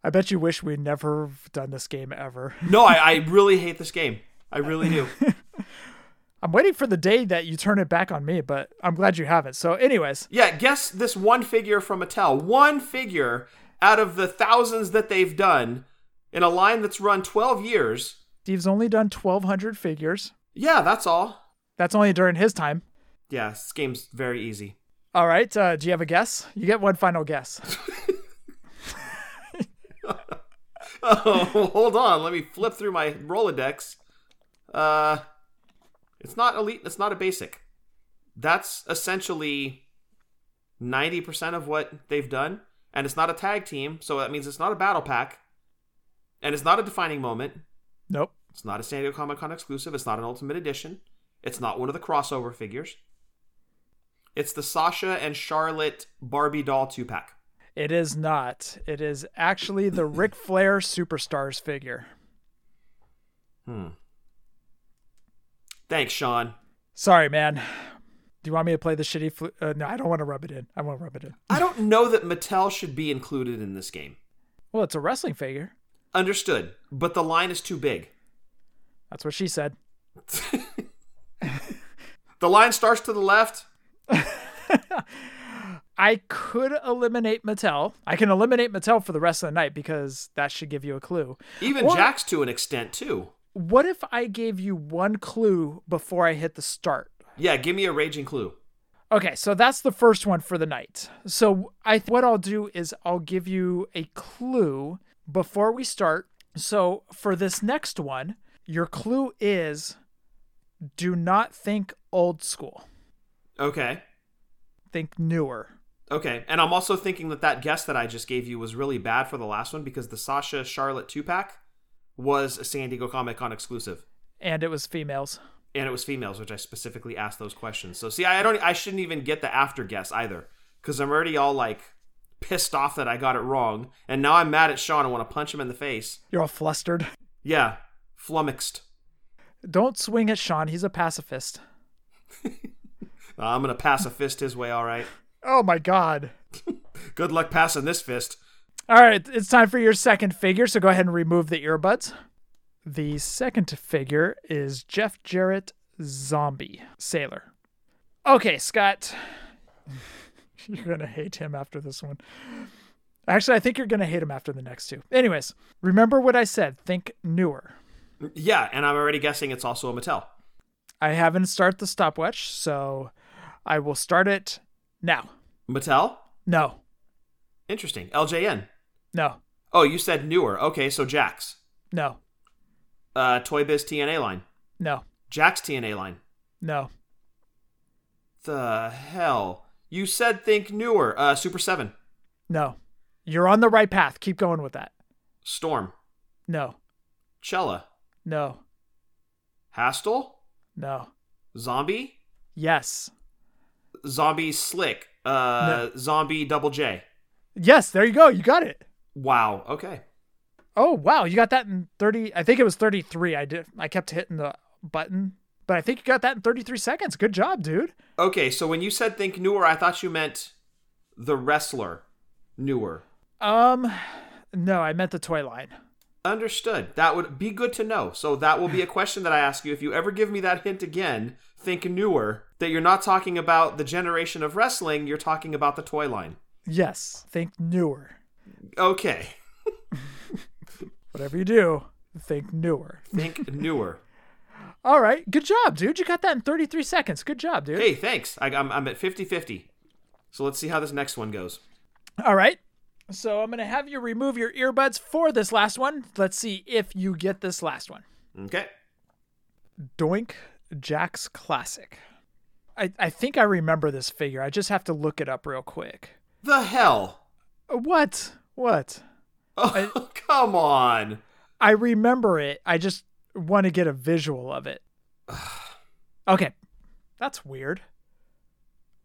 I bet you wish we'd never done this game ever. No, I, I really hate this game. I really do. I'm waiting for the day that you turn it back on me, but I'm glad you haven't. So, anyways, Yeah, guess this one figure from Mattel. One figure out of the thousands that they've done in a line that's run 12 years. Steve's only done 1,200 figures. Yeah, that's all. That's only during his time. Yeah, this game's very easy. [laughs] All right. Uh, do you have a guess? You get one final guess. Oh, hold on. Let me flip through my Rolodex. Uh, it's not elite. It's not a basic. That's essentially ninety percent of what they've done, and it's not a tag team, so that means it's not a battle pack, and it's not a defining moment. Nope. It's not a San Diego Comic Con exclusive. It's not an Ultimate Edition. It's not one of the crossover figures. It's the Sasha and Charlotte Barbie doll two pack. It is not. It is actually the Ric Flair Superstars figure. Hmm. Thanks, Sean. Sorry, man. Do you want me to play the shitty flu? Uh, no, I don't want to rub it in. I won't rub it in. I don't know that Mattel should be included in this game. Well, it's a wrestling figure. Understood, but the line is too big. [laughs] That's what she said. The line starts to the left. [laughs] I could eliminate Mattel. I can eliminate Mattel for the rest of the night because that should give you a clue. Even Or- Jack's to an extent too. What if I gave you one clue before I hit the start? Yeah, give me a raging clue. Okay, so that's the first one for the night. So I what I'll do is I'll give you a clue before we start. So for this next one, your clue is do not think old school. Okay. Think newer. Okay. And I'm also thinking that that guess that I just gave you was really bad for the last one because the Sasha Charlotte two pack was a San Diego Comic Con exclusive. And it was females. And it was females, which I specifically asked those questions. So see, I I don't I shouldn't even get the after guess either. Because I'm already all like pissed off that I got it wrong. And now I'm mad at Sean and want to punch him in the face. You're all flustered. [laughs] Yeah. Flummoxed. Don't swing at Sean, he's a pacifist. Uh, I'm gonna pass a fist his way, all right. Oh my god. Good luck passing this fist. All right, it's time for your second figure, so go ahead and remove the earbuds. The second figure is Jeff Jarrett Zombie Sailor. Okay, Scott. [laughs] You're going to hate him after this one. Actually, I think you're going to hate him after the next two. Anyways, remember what I said think newer. Yeah, and I'm already guessing it's also a Mattel. I haven't started the stopwatch, so I will start it now. Mattel? No, Interesting. LJN. no, Oh, you said newer. Okay, so Jax. no, uh, Toy Biz TNA line, No, Jack's TNA line. no, The hell? You said think newer. Uh, Super 7, no. You're on the right path. Keep going with that. Storm, No, Cella, no, Hastel, no. Zombie, Yes. Zombie Slick, uh, Zombie Double J. Yes, there you go. You got it. Wow. Okay. Oh wow, you got that in 30 I think it was 33. I did I kept hitting the button, but I think you got that in 33 seconds. Good job, dude. Okay. So when you said think newer, I thought you meant the wrestler newer. Um no, I meant the toy line. Understood. That would be good to know. So that will be a question that I ask you. If you ever give me that hint again, think newer, that you're not talking about the generation of wrestling, you're talking about the toy line. Yes, think newer. Okay. Whatever you do, think newer. Think newer. All right, good job, dude. You got that in 33 seconds. Good job, dude. Hey, thanks. I, I'm, I'm at 50 50. So let's see how this next one goes. All right. So I'm going to have you remove your earbuds for this last one. Let's see if you get this last one. Okay. Doink Jack's Classic. I, I think I remember this figure. I just have to look it up real quick. The hell? Uh, What? What? Oh, [laughs] come on. I remember it. I just want to get a visual of it. okay. That's weird.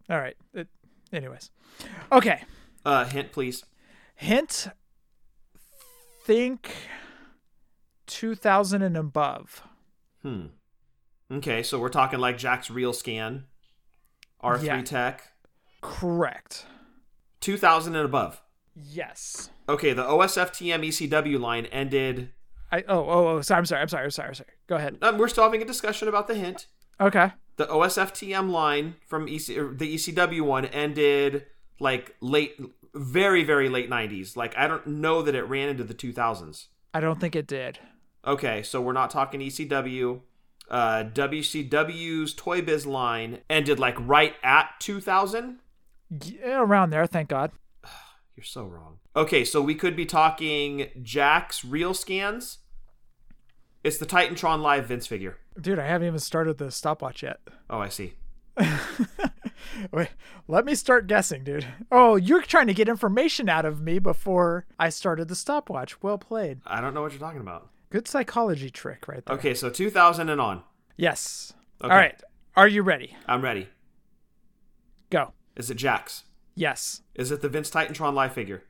All right. It, anyways. Okay. Uh, hint, please. Hint think 2000 and above. Hmm. Okay, so we're talking like Jack's Real Scan, R3 Yeah. Tech, Correct. 2000 and above. Yes. Okay, the OSF TM ECW E line ended. I oh oh oh sorry I'm sorry I'm sorry I'm sorry I'm sorry. Go ahead. Um, we're still having a discussion about the hint. Okay. The OSF TM line from EC, or the ECW one ended like late, very, very late 90s. Like, I don't know that it ran into the 2000s. I don't think it did. Okay, so we're not talking ECW. Uh, WCW's Toy Biz line ended like right at 2000. Yeah, around there, thank God. You're so wrong. Okay, so we could be talking Jack's real scans. It's the Titantron Live Vince figure. Dude, I haven't even started the stopwatch yet. [laughs] Oh, I see. Wait, let me start guessing, dude. Oh, you're trying to get information out of me before I started the stopwatch. Well played. I don't know what you're talking about. Good psychology trick right there. Okay, so 2000 and on. Yes. Okay. All right. Are you ready? I'm ready. Go. Is it Jack's? Yes. [laughs] Is it the Vince Titantron Live figure?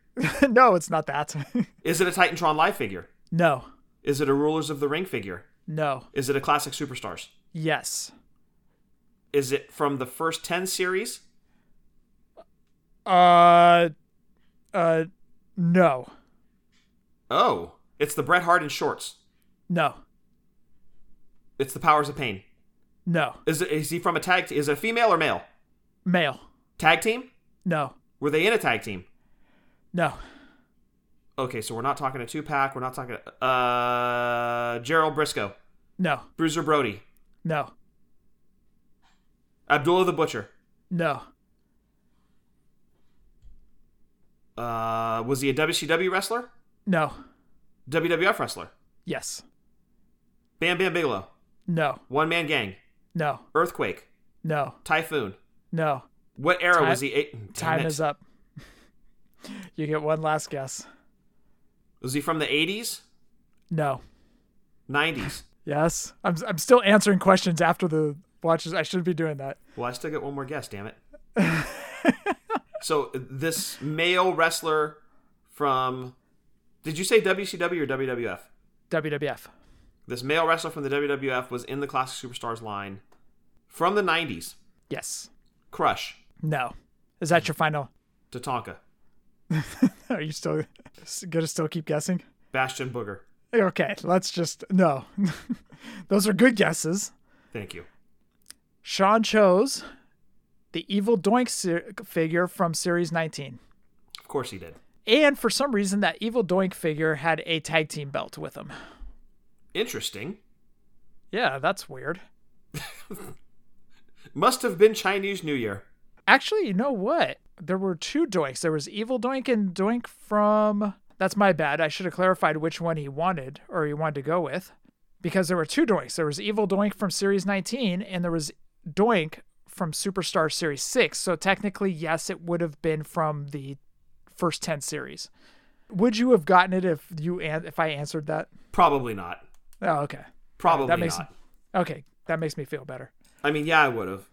no, it's not that. [laughs] Is it a Titantron Live figure? no. Is it a Rulers of the Ring figure? No. Is it a Classic Superstars? Yes. Is it from the first 10 series? Uh uh no. Oh, it's the Bret Hart in shorts. No. It's the Powers of Pain. No. Is it, is he from a tag? Is it a female or male Male. tag team? No. Were they in a tag team? No. Okay, so we're not talking a two pack. We're not talking uh Gerald Briscoe, No. Bruiser Brody, No. Abdullah the Butcher. No. Uh, was he a WCW wrestler? No. WWF wrestler? Yes. Bam Bam Bigelow, No. One Man Gang, No. Earthquake, No. Typhoon. No. What era Time- was he? eh, damn Time it. is up. you get one last guess. Was he from the eighties, No. nineties? Yes. I'm I'm still answering questions after the watches. I shouldn't be doing that. Well, I still get one more guess. Damn it. [laughs] so this male wrestler from, did you say WCW or WWF? WWF. This male wrestler from the WWF was in the classic superstars line from the 90s. Yes. Crush, No. Is that your final? [laughs] Tatanka, Are you still s- gonna still keep guessing? Bastion Booger. Okay, let's just no. [laughs] Those are good guesses. Thank you. Sean chose the evil Doink ser- figure from series 19. Of course he did. And for some reason, that evil Doink figure had a tag team belt with him. Interesting. Yeah, that's weird. Must have been Chinese New Year. Actually, you know what? There were two Doinks. There was Evil Doink and Doink from. That's my bad. I should have clarified which one he wanted or he wanted to go with. because there were two Doinks. There was Evil Doink from Series 19, and there was Doink from Superstar Series 6. So technically, yes, it would have been from the first 10 series. Would you have gotten it if you an- if I answered that? Probably not. Oh, okay. Probably that makes not. okay. That makes me feel better. I mean, yeah, I would have.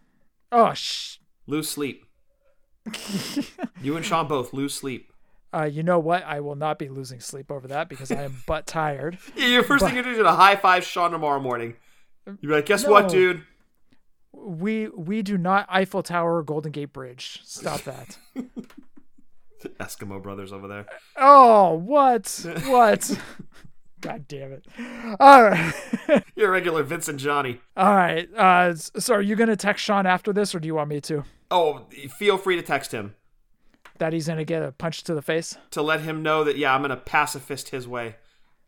Oh sh. Lose sleep. you and Sean both lose sleep. Uh, you know what? I will not be losing sleep over that because I am but tired. Yeah, your first thing you do is gonna high five Sean tomorrow morning. You're like, guess what, No. dude? We we do not Eiffel Tower or Golden Gate Bridge. Stop that. Eskimo brothers over there. oh, what? What? God damn it. All right. You're a regular Vincent Johnny. All right. Uh, s- so are you going to text Sean after this or do you want me to? Oh, feel free to text him That he's going to get a punch to the face? to let him know that yeah, I'm gonna pacifist his way.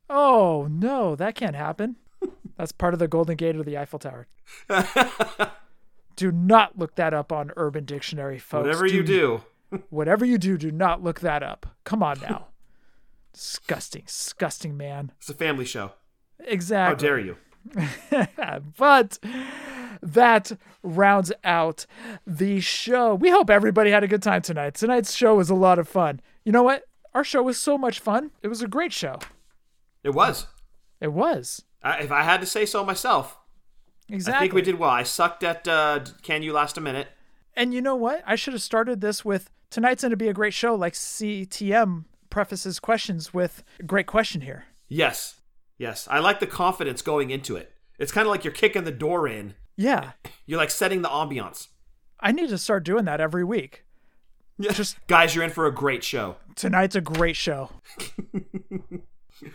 Oh, no. That can't happen. That's part of the Golden Gate or the [laughs] Eiffel Tower. do not look that up on Urban Dictionary, folks. Whatever you do, Whatever you do, do not look that up. Come [laughs] on now. disgusting, disgusting man. it's a family show. How Exactly. dare you? [laughs] but that rounds out the show. We hope everybody had a good time tonight. Tonight's show was a lot of fun. You know what? Our show was so much fun. It was a great show. It was. It was. I, if I had to say so myself, Exactly. I think we did well. I sucked at uh, Can You Last a Minute? And you know what? I should have started this with tonight's going to be a great show, like CTM prefaces questions with great question here. Yes. Yes. I like the confidence going into it. It's kind of like you're kicking the door in. Yeah. You're like setting the ambiance. I need to start doing that every week. Yeah. Just guys, you're in for a great show. Tonight's a great show.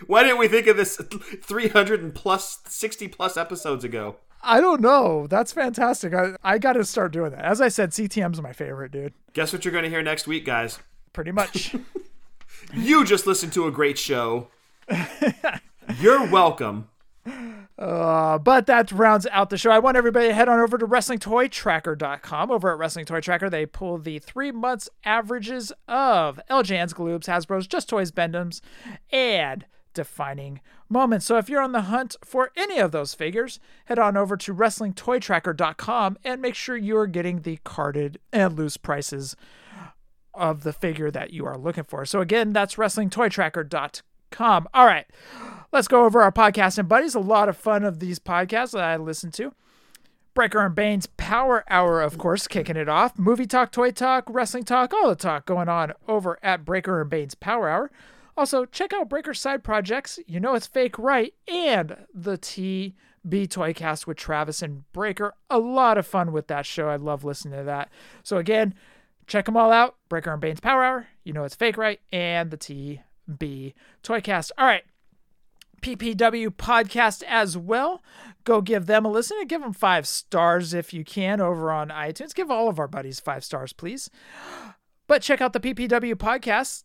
Why didn't we think of this 300 and plus 60 plus episodes ago? I don't know. That's fantastic. I, I got to start doing that. As I said, CTM's my favorite, dude. Guess what you're going to hear next week, guys? Pretty [laughs] much. You just listened to a great show. you're welcome. Uh, but that rounds out the show. I want everybody to head on over to WrestlingToyTracker.com. Over at Wrestling Toy Tracker, they pull the three months averages of LJN's, Gloobs, Hasbro's, Just Toys, Bendems, and defining moments. So if you're on the hunt for any of those figures, head on over to WrestlingToyTracker.com and make sure you're getting the carded and loose prices of the figure that you are looking for. So again, that's WrestlingToyTracker.com. All right let's go over our podcast and buddies. A lot of fun of these podcasts that I listen to. Breaker and Bane's Power Hour, of course, kicking it off. Movie talk, toy talk, wrestling talk, all the talk going on over at Breaker and Bane's Power Hour. Also, check out Breaker's side projects, You Know It's Fake Right, and the TB Toycast with Travis and Breaker. A lot of fun with that show. I love listening to that. So, again, check them all out Breaker and Bane's Power Hour, You Know It's Fake Right, and the TB Toycast. All right, PPW podcast as well. Go give them a listen and give them five stars if you can over on iTunes. Give all of our buddies five stars, please. But check out the PPW podcast.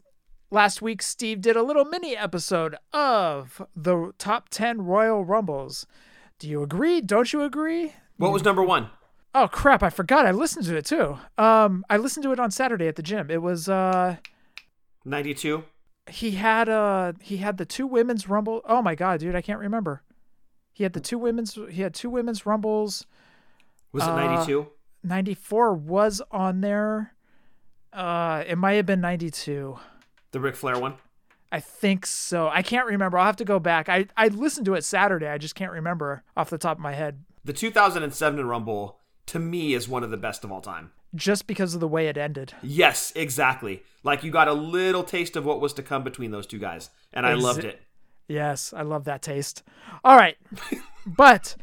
Last week, Steve did a little mini episode of the top 10 Royal Rumbles. Do you agree? Don't you agree? What was number one? Oh, crap. I forgot. I listened to it too. Um, I listened to it on Saturday at the gym. It was, uh, 92? he had uh he had the two women's rumble oh my god dude i can't remember he had the two women's he had two women's rumbles Was it Uh, 92? 94 was on there uh it might have been 92 The Ric Flair one? i think so i can't remember i'll have to go back i i listened to it saturday i just can't remember off the top of my head The 2007 Rumble, to me, is one of the best of all time. just because of the way it ended Yes, exactly. Like you got a little taste of what was to come between those two guys, and I Exa- loved it. Yes, I love that taste. All right. but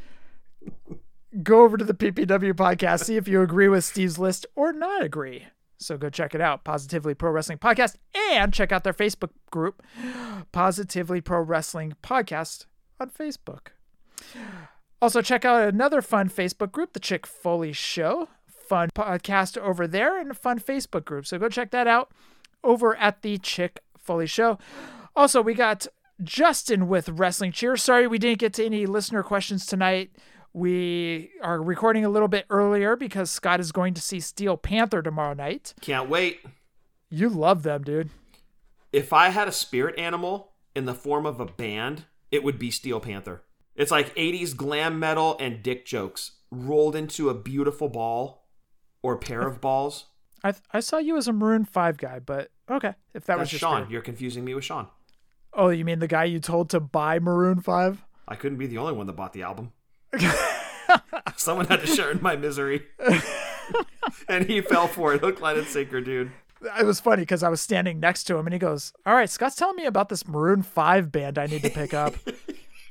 go over to the PPW podcast, see if you agree with Steve's list or not agree. So go check it out, Positively Pro Wrestling Podcast, and check out their Facebook group, Positively Pro Wrestling Podcast on Facebook. Also, check out another fun Facebook group, The Chick Foley Show. Fun podcast over there and a fun Facebook group. So go check that out over at The Chick Foley Show. Also, we got Justin with Wrestling Cheer. Sorry, we didn't get to any listener questions tonight. We are recording a little bit earlier because Scott is going to see Steel Panther tomorrow night. Can't wait. You love them, dude. If I had a spirit animal in the form of a band, it would be Steel Panther. It's like 80s glam metal and dick jokes rolled into a beautiful ball or pair [laughs] of balls. I th- I saw you as a Maroon Five guy, but okay, if that That's was just Sean. fair. You're confusing me with Sean. Oh, you mean the guy you told to buy Maroon Five? I couldn't be the only one that bought the [laughs] album. Someone had to share in my [laughs] misery. and he fell for it, hook, line, and sinker, dude. It was funny because I was standing next to him, and he goes, "All right, Scott's telling me about this Maroon Five band I need to pick up.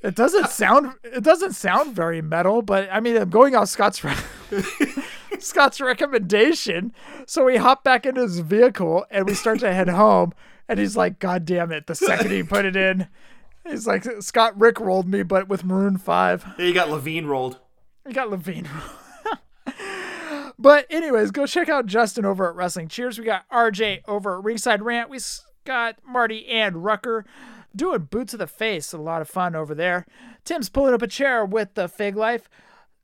it doesn't sound it doesn't sound very metal, but I mean, I'm going off Scott's." Re- [laughs] Scott's recommendation. So we hop back into his vehicle and we start to head home. And he's like, God damn it. The second he put it in, he's like, Scott Rick rolled me, but with Maroon 5. Yeah, you got Levine rolled. I got Levine. [laughs] but anyways, go check out Justin over at Wrestling Cheers. We got RJ over at Ringside Rant. We s- got Marty and Rucker doing boot to the face. A lot of fun over there. Tim's pulling up a chair with the Fig Life.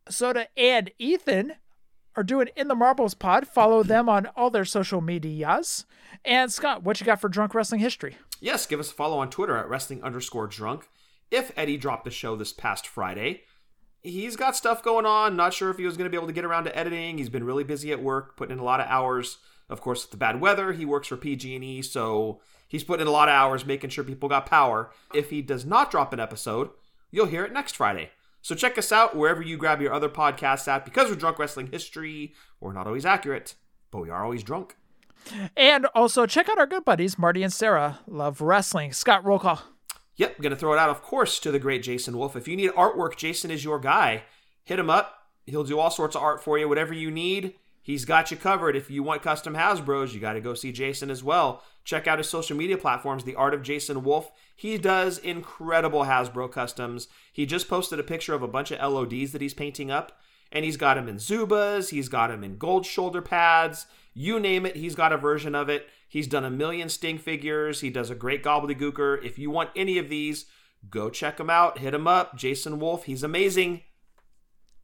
Soda and Ethan are doing in the Marbles Pod. Follow them on all their social medias. And Scott, what you got for drunk wrestling history? Yes, give us a follow on Twitter at wrestling underscore drunk. If Eddie dropped the show this past Friday, he's got stuff going on. Not sure if he was going to be able to get around to editing. He's been really busy at work, putting in a lot of hours. Of course, with the bad weather, he works for PG&E, E, so he's putting in a lot of hours making sure people got power. If he does not drop an episode, you'll hear it next Friday. So check us out wherever you grab your other podcasts at because we're drunk wrestling history. We're not always accurate, but we are always drunk. And also check out our good buddies, Marty and Sarah. Love wrestling. Scott, roll call. Yep, gonna throw it out, of course, to the great Jason Wolf. If you need artwork, Jason is your guy. Hit him up. He'll do all sorts of art for you, whatever you need. He's got you covered. If you want custom Hasbro's, you got to go see Jason as well. Check out his social media platforms, The Art of Jason Wolf. He does incredible Hasbro customs. He just posted a picture of a bunch of LODs that he's painting up, and he's got him in Zubas, he's got him in gold shoulder pads, you name it, he's got a version of it. He's done a million Sting figures. He does a great gobbledygooker. If you want any of these, go check him out. Hit him up. Jason Wolf, he's amazing.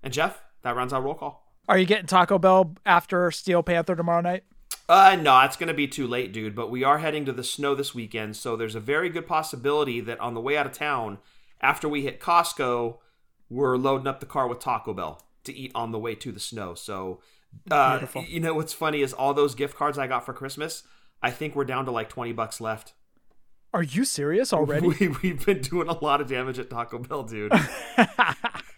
And Jeff, that rounds out roll call. Are you getting Taco Bell after Steel Panther tomorrow night? Uh, no, it's going to be too late, dude, but we are heading to the snow this weekend, so there's a very good possibility that on the way out of town, after we hit Costco, we're loading up the car with Taco Bell to eat on the way to the snow. So, uh, you know what's funny is all those gift cards I got for Christmas, I think we're down to like 20 bucks left. Are you serious already? [laughs] We, we've been doing a lot of damage at Taco Bell, dude.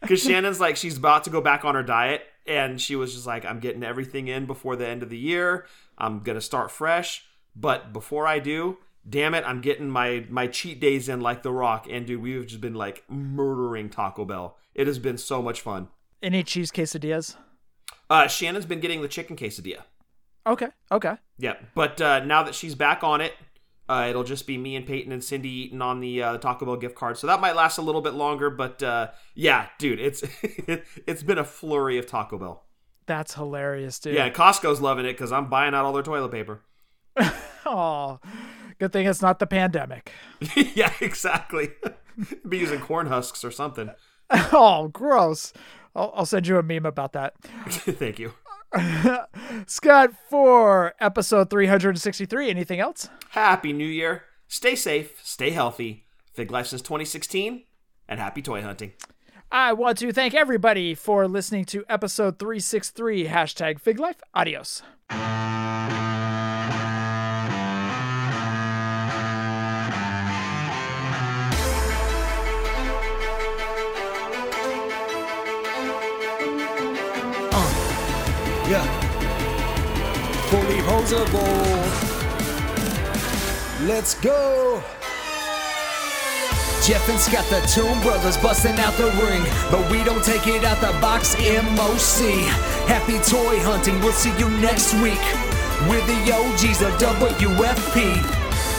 Because Shannon's like, she's about to go back on her diet. And she was just like, I'm getting everything in before the end of the year. I'm going to start fresh. But before I do, damn it, I'm getting my, my cheat days in like The Rock. And dude, we've just been like murdering Taco Bell. It has been so much fun. Any cheese quesadillas? Uh, Shannon's been getting the chicken quesadilla. Okay, okay. Yep. But uh, now that she's back on it, uh, it'll just be me and Peyton and Cindy eating on the uh, Taco Bell gift card. So that might last a little bit longer. But uh, yeah, dude, it's [laughs] it's been a flurry of Taco Bell. That's hilarious, dude. [laughs] Yeah, Costco's loving it because I'm buying out all their toilet paper. [laughs] Oh, good thing it's not the pandemic. [laughs] yeah, exactly. [laughs] be using corn husks or something. [laughs] Oh, gross. I'll, I'll send you a meme about that. Thank you. Scott for episode 363. Anything else? Happy New Year. Stay safe. Stay healthy. Fig Life since 2016. And happy toy hunting. I want to thank everybody for listening to episode 363, hashtag Fig Life. Adios. Yeah. Fully posable. Let's go. Jeff and Scott, the Tomb Brothers, busting out the ring. But we don't take it out the box, MOC. Happy toy hunting, we'll see you next week. We're the OGs of WFP.